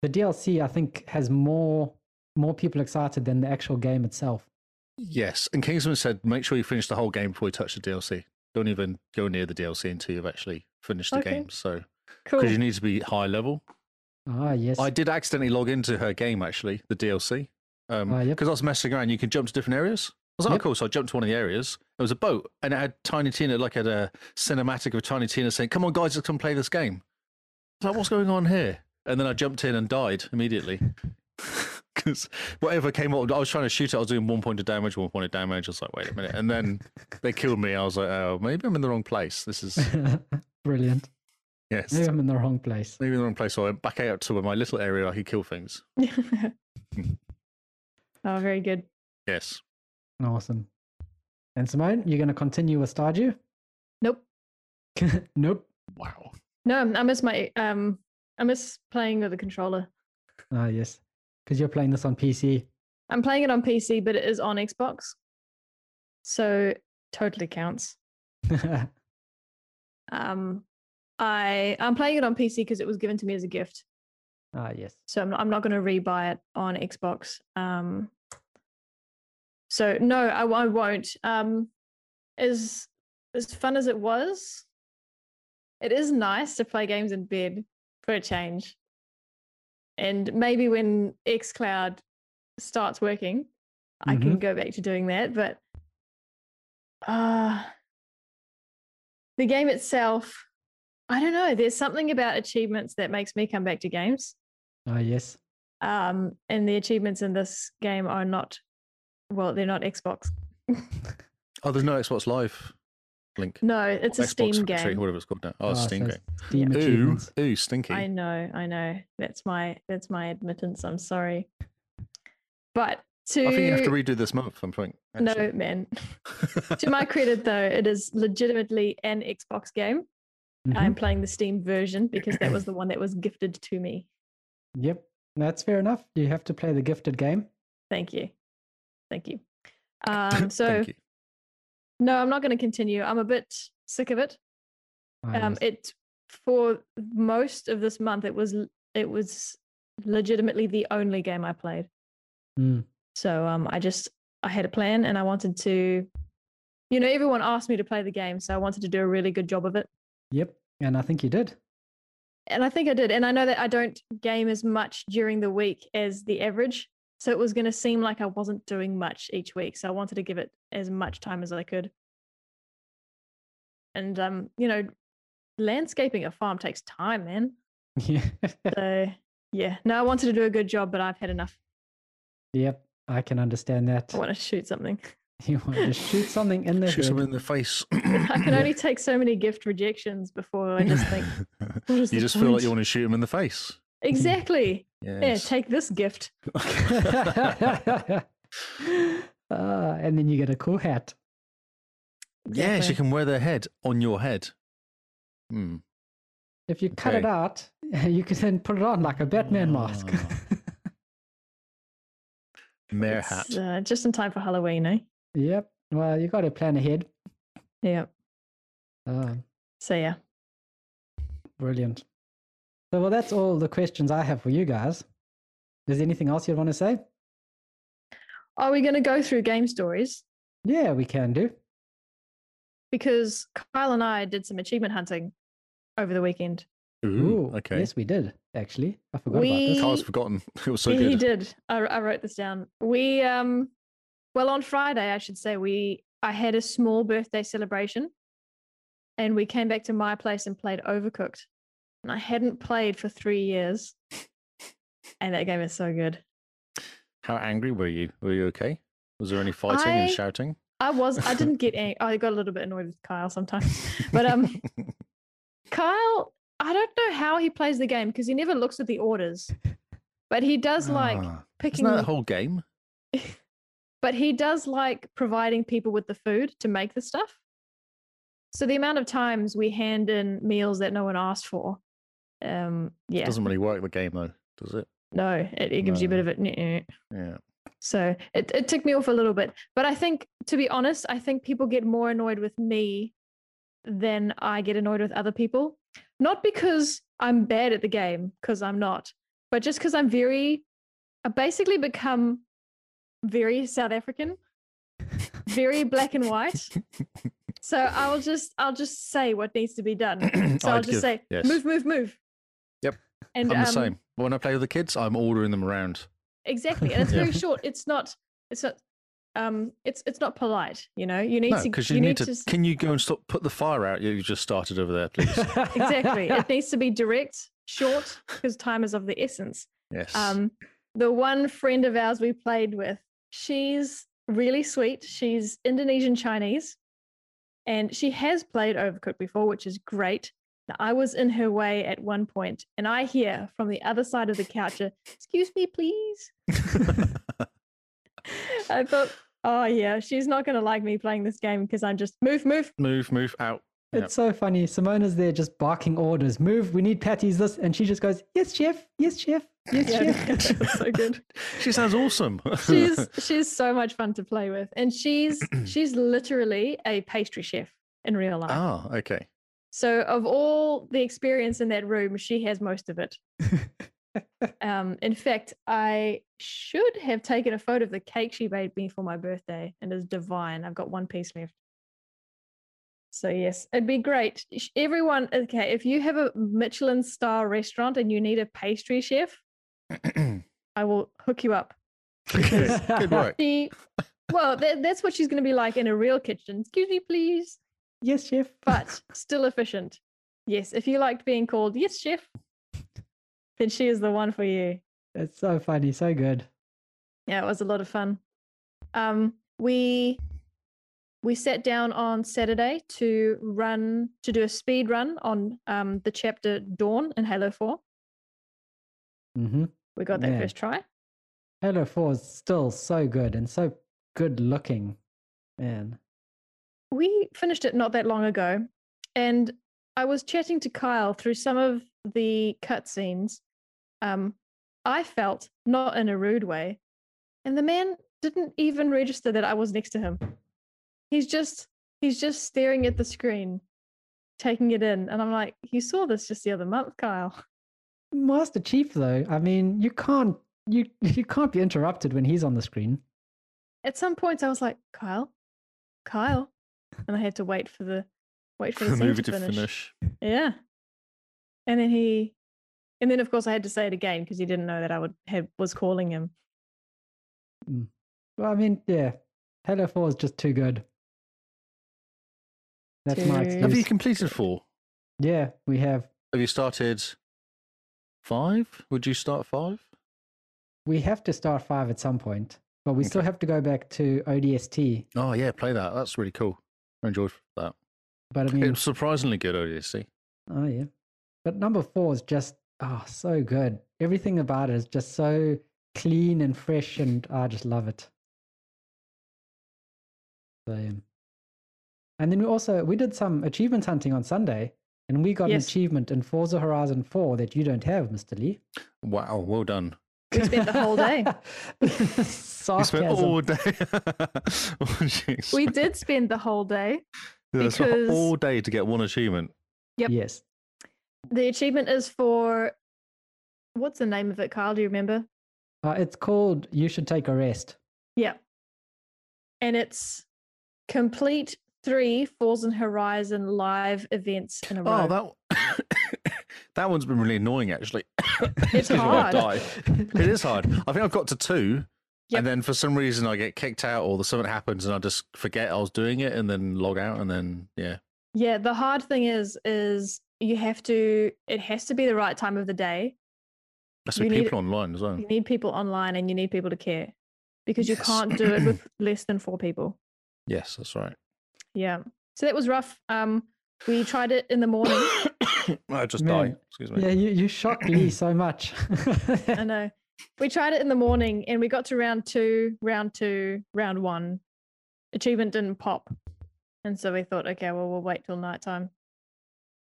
S2: The DLC I think has more more people excited than the actual game itself.
S3: Yes, and Kingsman said, make sure you finish the whole game before you touch the DLC. Don't even go near the DLC until you've actually finished the
S1: Okay.
S3: game. So,
S1: Cool.
S3: because you need to be high level.
S2: Ah, yes.
S3: I did accidentally log into her game actually, the DLC, because
S2: Ah, yep.
S3: Um, I was messing around. You can jump to different areas. I was like,
S2: Yep.
S3: oh, cool. So I jumped to one of the areas. It was a boat, and it had Tiny Tina, like had a cinematic of Tiny Tina saying, "Come on, guys, let's come play this game." I was like, what's going on here? And then I jumped in and died immediately. Because whatever came up, I was trying to shoot it. I was doing one point of damage, one point of damage. I was like, wait a minute. And then they killed me. I was like, oh, maybe I'm in the wrong place. This is,
S2: Brilliant.
S3: yes,
S2: Maybe I'm in the wrong place.
S3: maybe in the wrong place. So I went back out to my little area I could kill things.
S1: oh, very good.
S3: Yes.
S2: Awesome. And Simone, you're going to continue with Stardew?
S1: Nope.
S2: nope.
S3: Wow.
S1: No, I miss my um, I miss playing with the controller.
S2: Ah, yes. Because you're playing this on PC.
S1: I'm playing it on PC, but it is on Xbox, so totally counts.
S2: Ah,
S1: Um, I I'm playing it on PC because it was given to me as a gift,
S2: ah, yes.
S1: so I'm not, I'm not going to rebuy it on Xbox. Um, so no, I, w- I won't. Um, as as fun as it was, it is nice to play games in bed for a change, and maybe when XCloud starts working, I can go back to doing that. But uh, the game itself, I don't know. There's something about achievements that makes me come back to games
S2: Ah, yes.
S1: um, and the achievements in this game are not well they're not xbox
S3: Oh, there's no Xbox Live link.
S1: no it's a
S3: Xbox
S1: steam
S3: Factory,
S1: game
S3: whatever it's called now. Oh, it's a
S2: Ah,
S3: Steam
S2: so
S3: game.
S2: Steam
S3: Ooh,
S2: achievements.
S3: ooh, stinky.
S1: i know i know that's my that's my admittance i'm sorry but to
S3: I think you have to redo this month. I'm thinking.
S1: no man to my credit though it is legitimately an xbox game
S3: Mm-hmm.
S1: i'm
S2: Mhm.
S1: playing the steam version because that was the one that was gifted to me
S2: Yep. That's fair enough. You have to play the gifted game.
S1: thank you thank you um so
S3: Thank you.
S1: no i'm not going to continue i'm a bit sick of it
S2: Ah,
S1: um
S2: yes.
S1: it for most of this month it was l- it was legitimately the only game i played
S2: Mm.
S1: so um i just i had a plan and i wanted to you know everyone asked me to play the game so i wanted to do a really good job of it
S2: Yep. And I think you did.
S1: and i think i did and i know that i don't game as much during the week as the average So it was going to seem like I wasn't doing much each week. So I wanted to give it as much time as I could. And, um, you know, landscaping a farm takes time, man.
S2: Yeah.
S1: So, yeah. No, I wanted to do a good job, but I've had enough.
S2: yep. I can understand that.
S1: I want to shoot something.
S2: You want to shoot something in the
S3: Shoot
S2: head.
S3: someone in the face.
S1: I can only take so many gift rejections before I just think, what is
S3: you
S1: the
S3: just feel like
S1: point?
S3: you want to shoot him in the face.
S1: Exactly. Yeah,
S3: Yes.
S1: take this gift.
S2: Ah, and then you get a cool hat.
S3: yes,
S1: Exactly.
S3: you can wear their head on your head. Hmm.
S2: If you cut it
S3: Okay.
S2: out, you can then put it on like a Batman mask.
S3: Ah. Mare hat.
S1: It's, uh, just in time for Halloween, eh?
S2: yep. Well, you got to plan ahead.
S1: Yeah.
S2: Ah,
S1: So yeah.
S2: brilliant. So, well, that's all the questions I have for you guys. Is there anything else you'd want to say?
S1: Are we going to go through game stories?
S2: Yeah, we can do.
S1: Because Kyle and I did some achievement hunting over the weekend.
S3: Ooh, okay.
S2: Yes, we did, actually. I forgot
S1: We-
S2: about
S3: Carl's forgotten. It was so
S1: yeah, he
S3: good.
S1: did. I, I wrote this down. We um, well, on Friday, I should say we I had a small birthday celebration, and we came back to my place and played Overcooked, and I hadn't played for three years, and that game is so good.
S3: How angry were you? Were you okay? Was there any fighting and
S1: I-
S3: shouting?
S1: I was I didn't get angry. I got a little bit annoyed with Kyle sometimes, but um, Kyle, I don't know how he plays the game because he never looks at the orders, but he does like
S3: Ah,
S1: picking
S3: isn't that the whole game?
S1: but he does like providing people with the food to make the stuff. So the amount of times we hand in meals that no one asked for, um, yeah,
S3: Doesn't really work the game though, does it?
S1: no, it, it gives you a bit of it. "Nuh-uh."
S3: Yeah.
S1: So it, it took me off a little bit, but I think to be honest, I think people get more annoyed with me than I get annoyed with other people. Not because I'm bad at the game, because I'm not, but just because I'm very, I basically become very South African, very black and white. So I'll just I'll just say what needs to be done. So I'll
S3: I'd
S1: just
S3: give-
S1: say
S3: yes.
S1: move, move, move.
S3: Yep.
S1: And
S3: I'm the
S1: um,
S3: same. When I play with the kids, I'm ordering them around.
S1: Exactly, and it's
S3: Yeah.
S1: very short. It's not. It's not. Um, it's it's not polite. You know, you need
S3: No,
S1: to.
S3: because you, need, to.
S1: s-
S3: Can you go and stop? Put the fire out. You just started over there, please.
S2: that.
S1: exactly, it needs to be direct, short, because time is of the essence.
S3: Yes.
S1: Um, the one friend of ours we played with, she's really sweet. She's Indonesian Chinese, and she has played Overcooked before, which is great. Now, I was in her way at one point, and I hear from the other side of the couch, a, "Excuse me, please." I thought, "Oh yeah, she's not going to like me playing this game because I'm just move, move."
S3: move, move out. Yep.
S2: It's so funny. Simona's there just barking orders. Move, we need patties, this. And she just goes, Yes, chef. Yes, chef. Yes,
S1: Yeah,
S2: chef.
S1: that's so good.
S3: She sounds awesome.
S1: she's she's so much fun to play with, and she's she's literally a pastry chef in real life.
S3: ah, okay.
S1: So of all the experience in that room, she has most of it. um, in fact, I should have taken a photo of the cake she made me for my birthday, and it's divine. I've got one piece left. So yes, it'd be great. Sh- Everyone, okay, if you have a Michelin star restaurant and you need a pastry chef, I will hook you up.
S3: good, good work.
S1: She, well, that, that's what she's going to be like in a real kitchen. Excuse me, please
S2: Yes, chef.
S1: but still efficient. Yes, if you liked being called yes chef, then she is the one for you.
S2: That's so funny. So good.
S1: Yeah, it was a lot of fun. Um, we we sat down on Saturday to run to do a speed run on um, the chapter Dawn in Halo Four.
S2: Mm-hmm.
S1: We got that
S2: Man.
S1: first try.
S2: Halo 4 is still so good and so good looking. Man.
S1: we finished it not that long ago, and I was chatting to Kyle through some of the cutscenes. Um, I felt not in a rude way, and the man didn't even register that I was next to him. He's just he's just staring at the screen, taking it in, and I'm like, you saw this just the other month, Kyle.
S2: Master Chief though, I mean, you can't you you can't be interrupted when he's on the screen.
S1: At some points, I was like, Kyle, Kyle, and I had to wait for the wait for the,
S3: the
S1: scene
S3: movie
S1: to finish.
S3: finish.
S1: Yeah. And then he, and then of course I had to say it again because he didn't know that I would had was calling him.
S2: Mm. Well, I mean, yeah, Halo Four is just too good. That's my
S1: Too-
S2: excuse.
S3: Have you completed four?
S2: yeah, we have.
S3: Have you started five? Would you start five?
S2: We have to start five at some point, but we still
S3: Okay.
S2: have to go back to ODST.
S3: Oh yeah, play that. That's really cool. I enjoyed that.
S2: But I mean,
S3: It's surprisingly good ODST.
S2: Oh yeah. But number four is just oh so good. Everything about it is just so clean and fresh and I just love it. So, yeah. And then we also we did some achievement hunting on Sunday and we got
S1: Yes.
S2: an achievement in Forza Horizon 4 that you don't have, Mr. Lee.
S3: Wow, well done.
S1: We spent the whole day.
S3: You
S2: Sarcasm.
S3: spent all day. Jeez.
S1: We did spend the whole day.
S3: That's a
S1: because-
S3: whole day to get one achievement.
S1: Yep.
S2: Yes.
S1: The achievement is for what's the name of it, Kyle? Do you remember?
S2: Uh, it's called You Should Take a Rest.
S1: Yeah. And it's complete three Falls and Horizon live events in a row.
S3: Oh, that that one's been really annoying actually. Excuse me, I
S1: hard.
S3: died. It is hard. I think I've got to two,
S1: Yep.
S3: and then for some reason I get kicked out, or something happens, and I just forget I was doing it, and then log out, and then yeah,
S1: Yeah, the hard thing is is you have to it has to be the right time of the day.
S3: that's with
S1: You need-
S3: people online as well.
S1: You need people online and you need people to care because you
S3: Yes.
S1: can't do it with less than four people.
S3: Yes, that's right.
S1: Yeah. So that was rough. Um we tried it in the morning.
S3: I just
S2: Man.
S3: died. Excuse me.
S2: Yeah, you, you shocked Lee so much.
S1: I know. We tried it in the morning and we got to round two, round two, round one. Achievement didn't pop. And so we thought, okay, well, we'll wait till nighttime.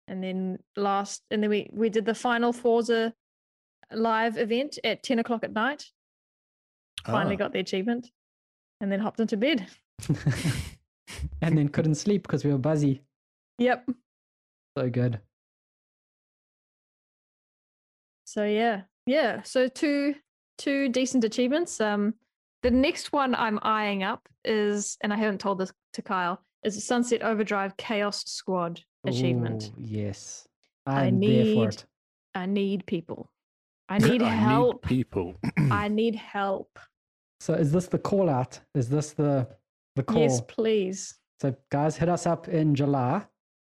S1: And then last, and then we, we did the final Forza live event at 10 o'clock at night. Finally
S3: Ah.
S1: got the achievement and then hopped into bed.
S2: and then couldn't sleep because we were busy.
S1: Yep.
S2: So good.
S1: So yeah. Yeah. So two, two decent achievements. Um, the next one I'm eyeing up is, and I haven't told this to Kyle, is Sunset Overdrive Chaos Squad achievement.
S2: Ooh, Oh, yes.
S1: I
S2: I'm there for
S1: need-
S2: it.
S1: I need people. I need help.
S3: people.
S1: I need help.
S2: So is this the call out? Is this the the call?
S1: Yes, please.
S2: So guys hit us up in July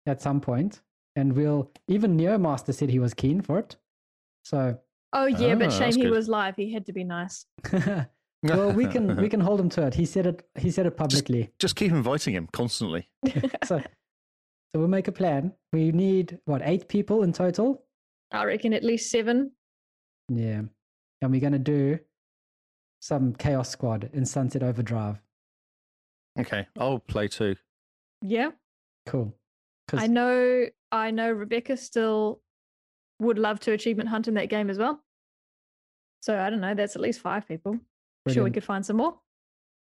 S2: at some point and we'll even Neomaster said he was keen for it. So
S1: Oh yeah,
S3: Ah,
S1: but shame
S3: that's
S1: he
S3: good.
S1: was live. He had to be nice.
S2: well we can we can hold him to it. He said it he said it publicly.
S3: just keep inviting him constantly.
S2: so so we'll make a plan. We need what, eight people in total?
S1: I reckon at least seven.
S2: Yeah. And we're gonna do some chaos squad in Sunset Overdrive.
S3: Okay, I'll play too.
S1: Yeah.
S2: Cool.
S1: I
S2: 'Cause-
S1: know I know Rebecca still would love to achievement hunt in that game as well. So I don't know, that's at least five people. Sure we
S2: Brilliant.
S1: could find some more.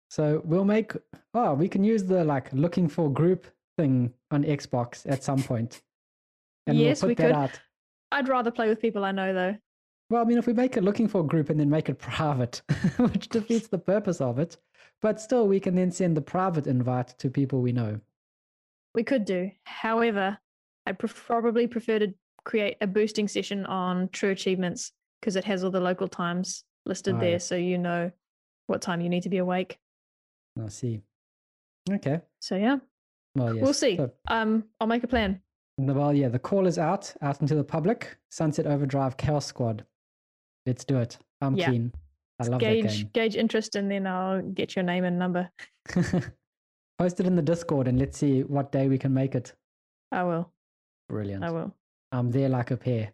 S2: So we'll make oh, we can use the like looking for group thing on Xbox at some point. And
S1: Yes,
S2: we'll
S1: we
S2: put that
S1: could.
S2: out.
S1: I'd rather play with people I know though.
S2: Well, I mean if we make it looking for group and then make it private, which defeats the purpose of it. But still we can then send the private invite to people we know.
S1: We could do. However, I'd pref- probably prefer to create a boosting session on True Achievements because it has all the local times listed
S2: Oh, yeah.
S1: there, so you know what time you need to be awake.
S2: I see. Okay.
S1: So yeah,
S2: Well yes.
S1: we'll see.
S2: So-
S1: Um, I'll make a plan.
S2: No, Well, yeah, the call is out, out into the public. Sunset Overdrive Chaos Squad. Let's do it. I'm
S1: Yeah.
S2: keen. I love
S1: gauge gauge interest, and then I'll get your name and number.
S2: that game. Post it in the Discord and let's see what day we can make it.
S1: I will.
S2: Brilliant.
S1: I will.
S2: I'm there like a pair.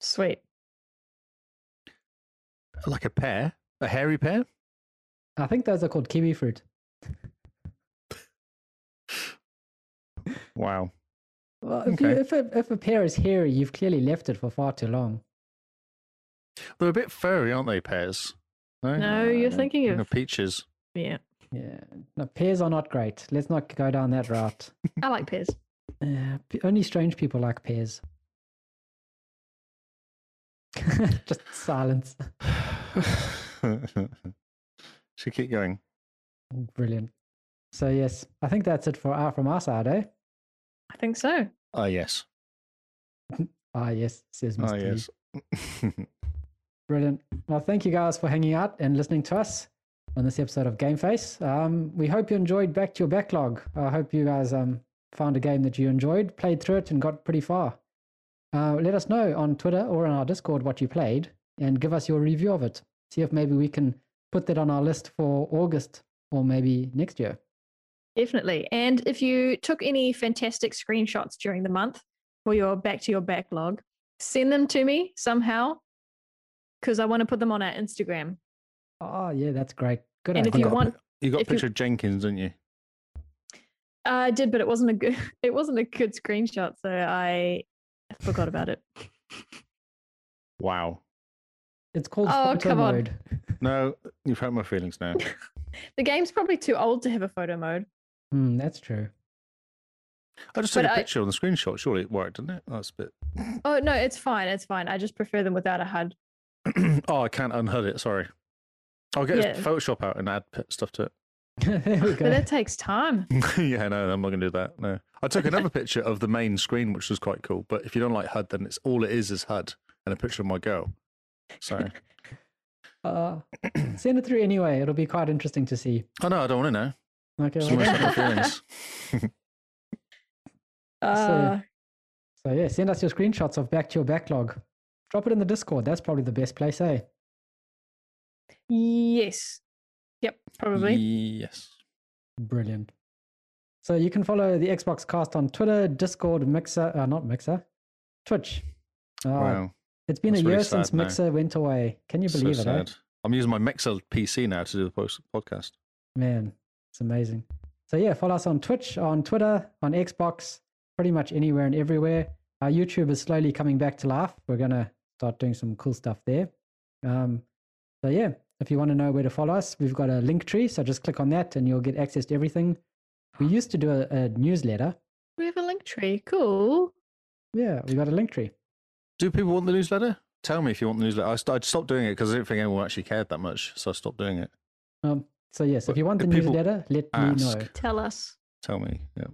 S1: Sweet.
S3: Like a pear, a hairy pear.
S2: I think those are called kiwi fruit.
S3: Wow.
S2: Well, if, you,
S3: Okay.
S2: if, a, if a pear is hairy, you've clearly left it for far too long.
S3: They're a bit furry, aren't they? Pears.
S1: No, you're thinking
S3: Think
S1: of-
S3: peaches.
S1: Yeah,
S2: Yeah. No, pears are not great. Let's not go down that route.
S1: I like pears.
S2: Uh, p- only strange people like pears. Just silence.
S3: Should keep going.
S2: Brilliant. So yes, I think that's it for our from our side, eh?
S1: I think so.
S3: Ah, yes.
S2: Ah yes, says Mr.
S3: Ah,
S2: Lee.
S3: yes.
S2: Brilliant. Well, thank you guys for hanging out and listening to us. on this episode of Game Face. Um, we hope you enjoyed Back to Your Backlog. I hope you guys um, found a game that you enjoyed, played through it, and got pretty far. Uh, let us know on Twitter or on our Discord what you played and give us your review of it. See if maybe we can put that on our list for August or maybe next year.
S1: Definitely. And if you took any fantastic screenshots during the month for your back to your backlog, send them to me somehow because I want to put them on our Instagram.
S2: Oh, yeah, that's great. Good
S1: And if
S2: idea.
S1: you want,
S3: You got a
S1: If you-
S3: picture of Jenkins, didn't you?
S1: uh, I did, but it wasn't a good, it wasn't a good screenshot, so I forgot about it.
S3: Wow.
S2: it's called
S1: Oh,
S2: photo
S1: come on.
S2: mode.
S3: No, you've hurt my feelings now.
S1: The game's probably too old to have a photo mode.
S2: Hmm, that's true.
S3: I just
S1: But
S3: took a
S1: I-
S3: picture on the screenshot. Surely it worked, didn't it? That's a bit.
S1: Oh no, it's fine, it's fine. I just prefer them without a HUD.
S3: oh, I can't unhood it. Sorry. I'll get
S1: Yeah.
S3: Photoshop out and add p- stuff to it.
S2: there we
S1: But
S2: go.
S1: that takes time.
S2: Hmm,
S3: yeah, no, I'm not going to do that. No. I took another picture of the main screen, which was quite cool. But if you don't like HUD, then it's all it is is HUD and a picture of my girl. So,
S2: Uh, send it through anyway. It'll be quite interesting to see.
S3: oh no, I don't want to know.
S2: Okay.
S3: It's
S2: well,
S3: almost hurt my feelings.
S1: Uh,
S2: So yeah, send us your screenshots of back to your backlog. Drop it in the Discord. That's probably the best place, eh?
S1: yes. Yep, probably.
S3: Yes.
S2: Brilliant. So you can follow the Xbox Cast on Twitter, Discord, Mixer, uh, not Mixer, Twitch. Uh,
S3: wow.
S2: It's been
S3: that's
S2: a
S3: really
S2: year
S3: sad
S2: since
S3: now.
S2: Mixer went away. Can you
S3: So
S2: believe it? eh?
S3: sad. I'm using my Mixer PC now to do the post- podcast.
S2: Man, it's amazing. So yeah, follow us on Twitch, on Twitter, on Xbox, pretty much anywhere and everywhere. Our YouTube is slowly coming back to life. We're gonna start doing some cool stuff there. Um, so yeah, if you want to know where to follow us, we've got a link tree. So just click on that, and you'll get access to everything. We used to do a, a newsletter.
S1: We have a link tree. Cool.
S2: Yeah, we got a link tree.
S3: Do people want the newsletter? Tell me if you want the newsletter. I, st- I stopped doing it because I didn't think anyone actually cared that much, so I stopped doing it.
S2: Um, so yes, if
S3: But
S2: you want the
S3: if people
S2: newsletter, let me know.
S3: Ask.
S1: Tell us.
S3: Tell me. Yeah.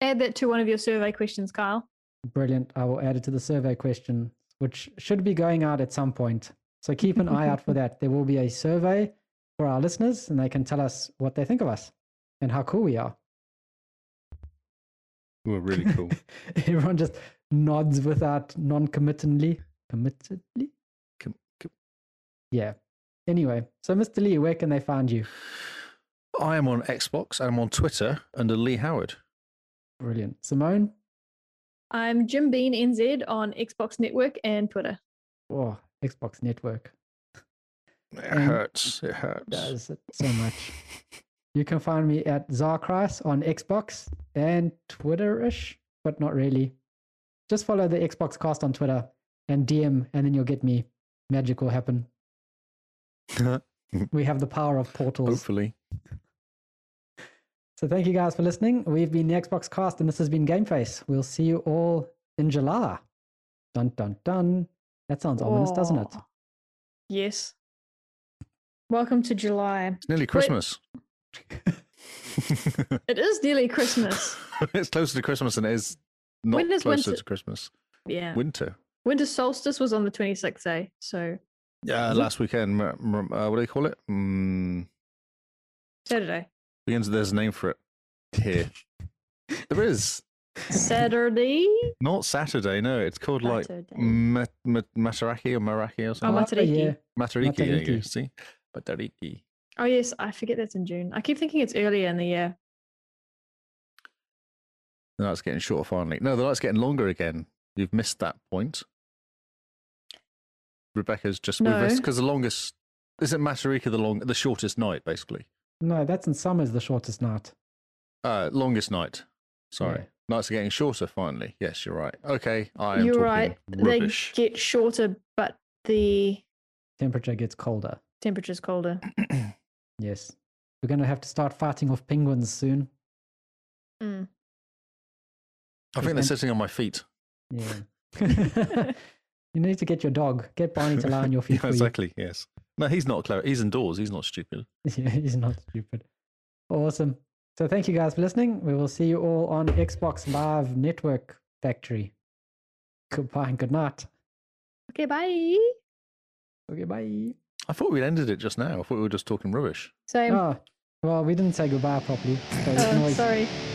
S1: Add that to one of your survey questions, Kyle.
S2: Brilliant. I will add it to the survey question, which should be going out at some point. So keep an eye out for that. There will be a survey for our listeners, and they can tell us what they think of us and how cool we are.
S3: You were really cool.
S2: Everyone just nods without non-committedly. Committedly?
S3: Com- com-
S2: yeah. Anyway, so Mr. Lee, where can they find you?
S3: I am on Xbox and I'm on Twitter under Lee Howard.
S2: Brilliant. Simone?
S1: I'm Jim Bean NZ on Xbox Network and Twitter.
S2: Oh, Xbox Network.
S3: It
S2: Um,
S3: hurts. It hurts.
S2: Does it so much. You can find me at Zarkrice on Xbox and Twitter-ish, but not really. Just follow the Xbox cast on Twitter and DM, and then you'll get me. Magic will happen. We have the power of portals.
S3: Hopefully.
S2: So thank you guys for listening. We've been the Xbox cast, and this has been Game Face. We'll see you all in July. Dun dun dun. That sounds ominous, doesn't it?
S1: Aw. Yes. Welcome to July.
S3: It's nearly Christmas.
S1: It is nearly Christmas.
S3: it's closer to Christmas than it is not
S1: When is
S3: closer
S1: winter-
S3: to Christmas.
S1: yeah.
S3: Winter.
S1: Winter solstice was on the 26th day. So
S3: Yeah,
S2: Is it?
S3: last weekend. m- m- Uh, what do they call it? Mm,
S1: Saturday.
S3: begins. There's a name for it here. there is.
S1: Saturday?
S3: Not Saturday. No, it's called like mm.
S1: Saturday.
S3: Ma- Ma- Mataraki or Maraki or
S1: Oh,
S3: something.
S1: Matariki.
S2: yeah.
S3: Matariki. There you go.
S2: Matariki.
S3: See, Matariki.
S1: Oh, yes. I forget that's in June. I keep thinking it's earlier in the year.
S3: The night's getting shorter finally. No, the night's getting longer again. You've missed that point. Rebecca's just
S1: No.
S3: because the longest isn't Matarika the long the shortest night basically.
S2: No, that's in summer's the shortest night.
S3: Uh, longest night. Sorry,
S2: Yeah.
S3: nights are getting shorter finally. Yes, you're right. Okay, I am
S1: You're
S3: talking
S1: right.
S3: Rubbish.
S1: They get shorter, but the
S2: Temperature gets colder.
S1: temperature's colder.
S2: Yes. We're going to have to start fighting off penguins soon.
S1: Mm.
S3: I think they're sitting on my feet.
S2: Yeah. you need to get your dog. Get Barney to lie on your feet.
S3: Yeah,
S2: for you.
S3: exactly. Yes. No, he's not clever. He's indoors. He's not stupid.
S2: Yeah, he's not stupid. Awesome. So thank you guys for listening. We will see you all on Xbox Live Network Factory. Goodbye and good night.
S1: Okay, bye.
S2: Okay, bye.
S3: I thought we'd ended it just now. I thought we were just talking rubbish.
S2: Ah,
S1: Same.
S2: Oh, well, we didn't say goodbye properly. So you can
S1: Oh,
S2: always-
S1: sorry.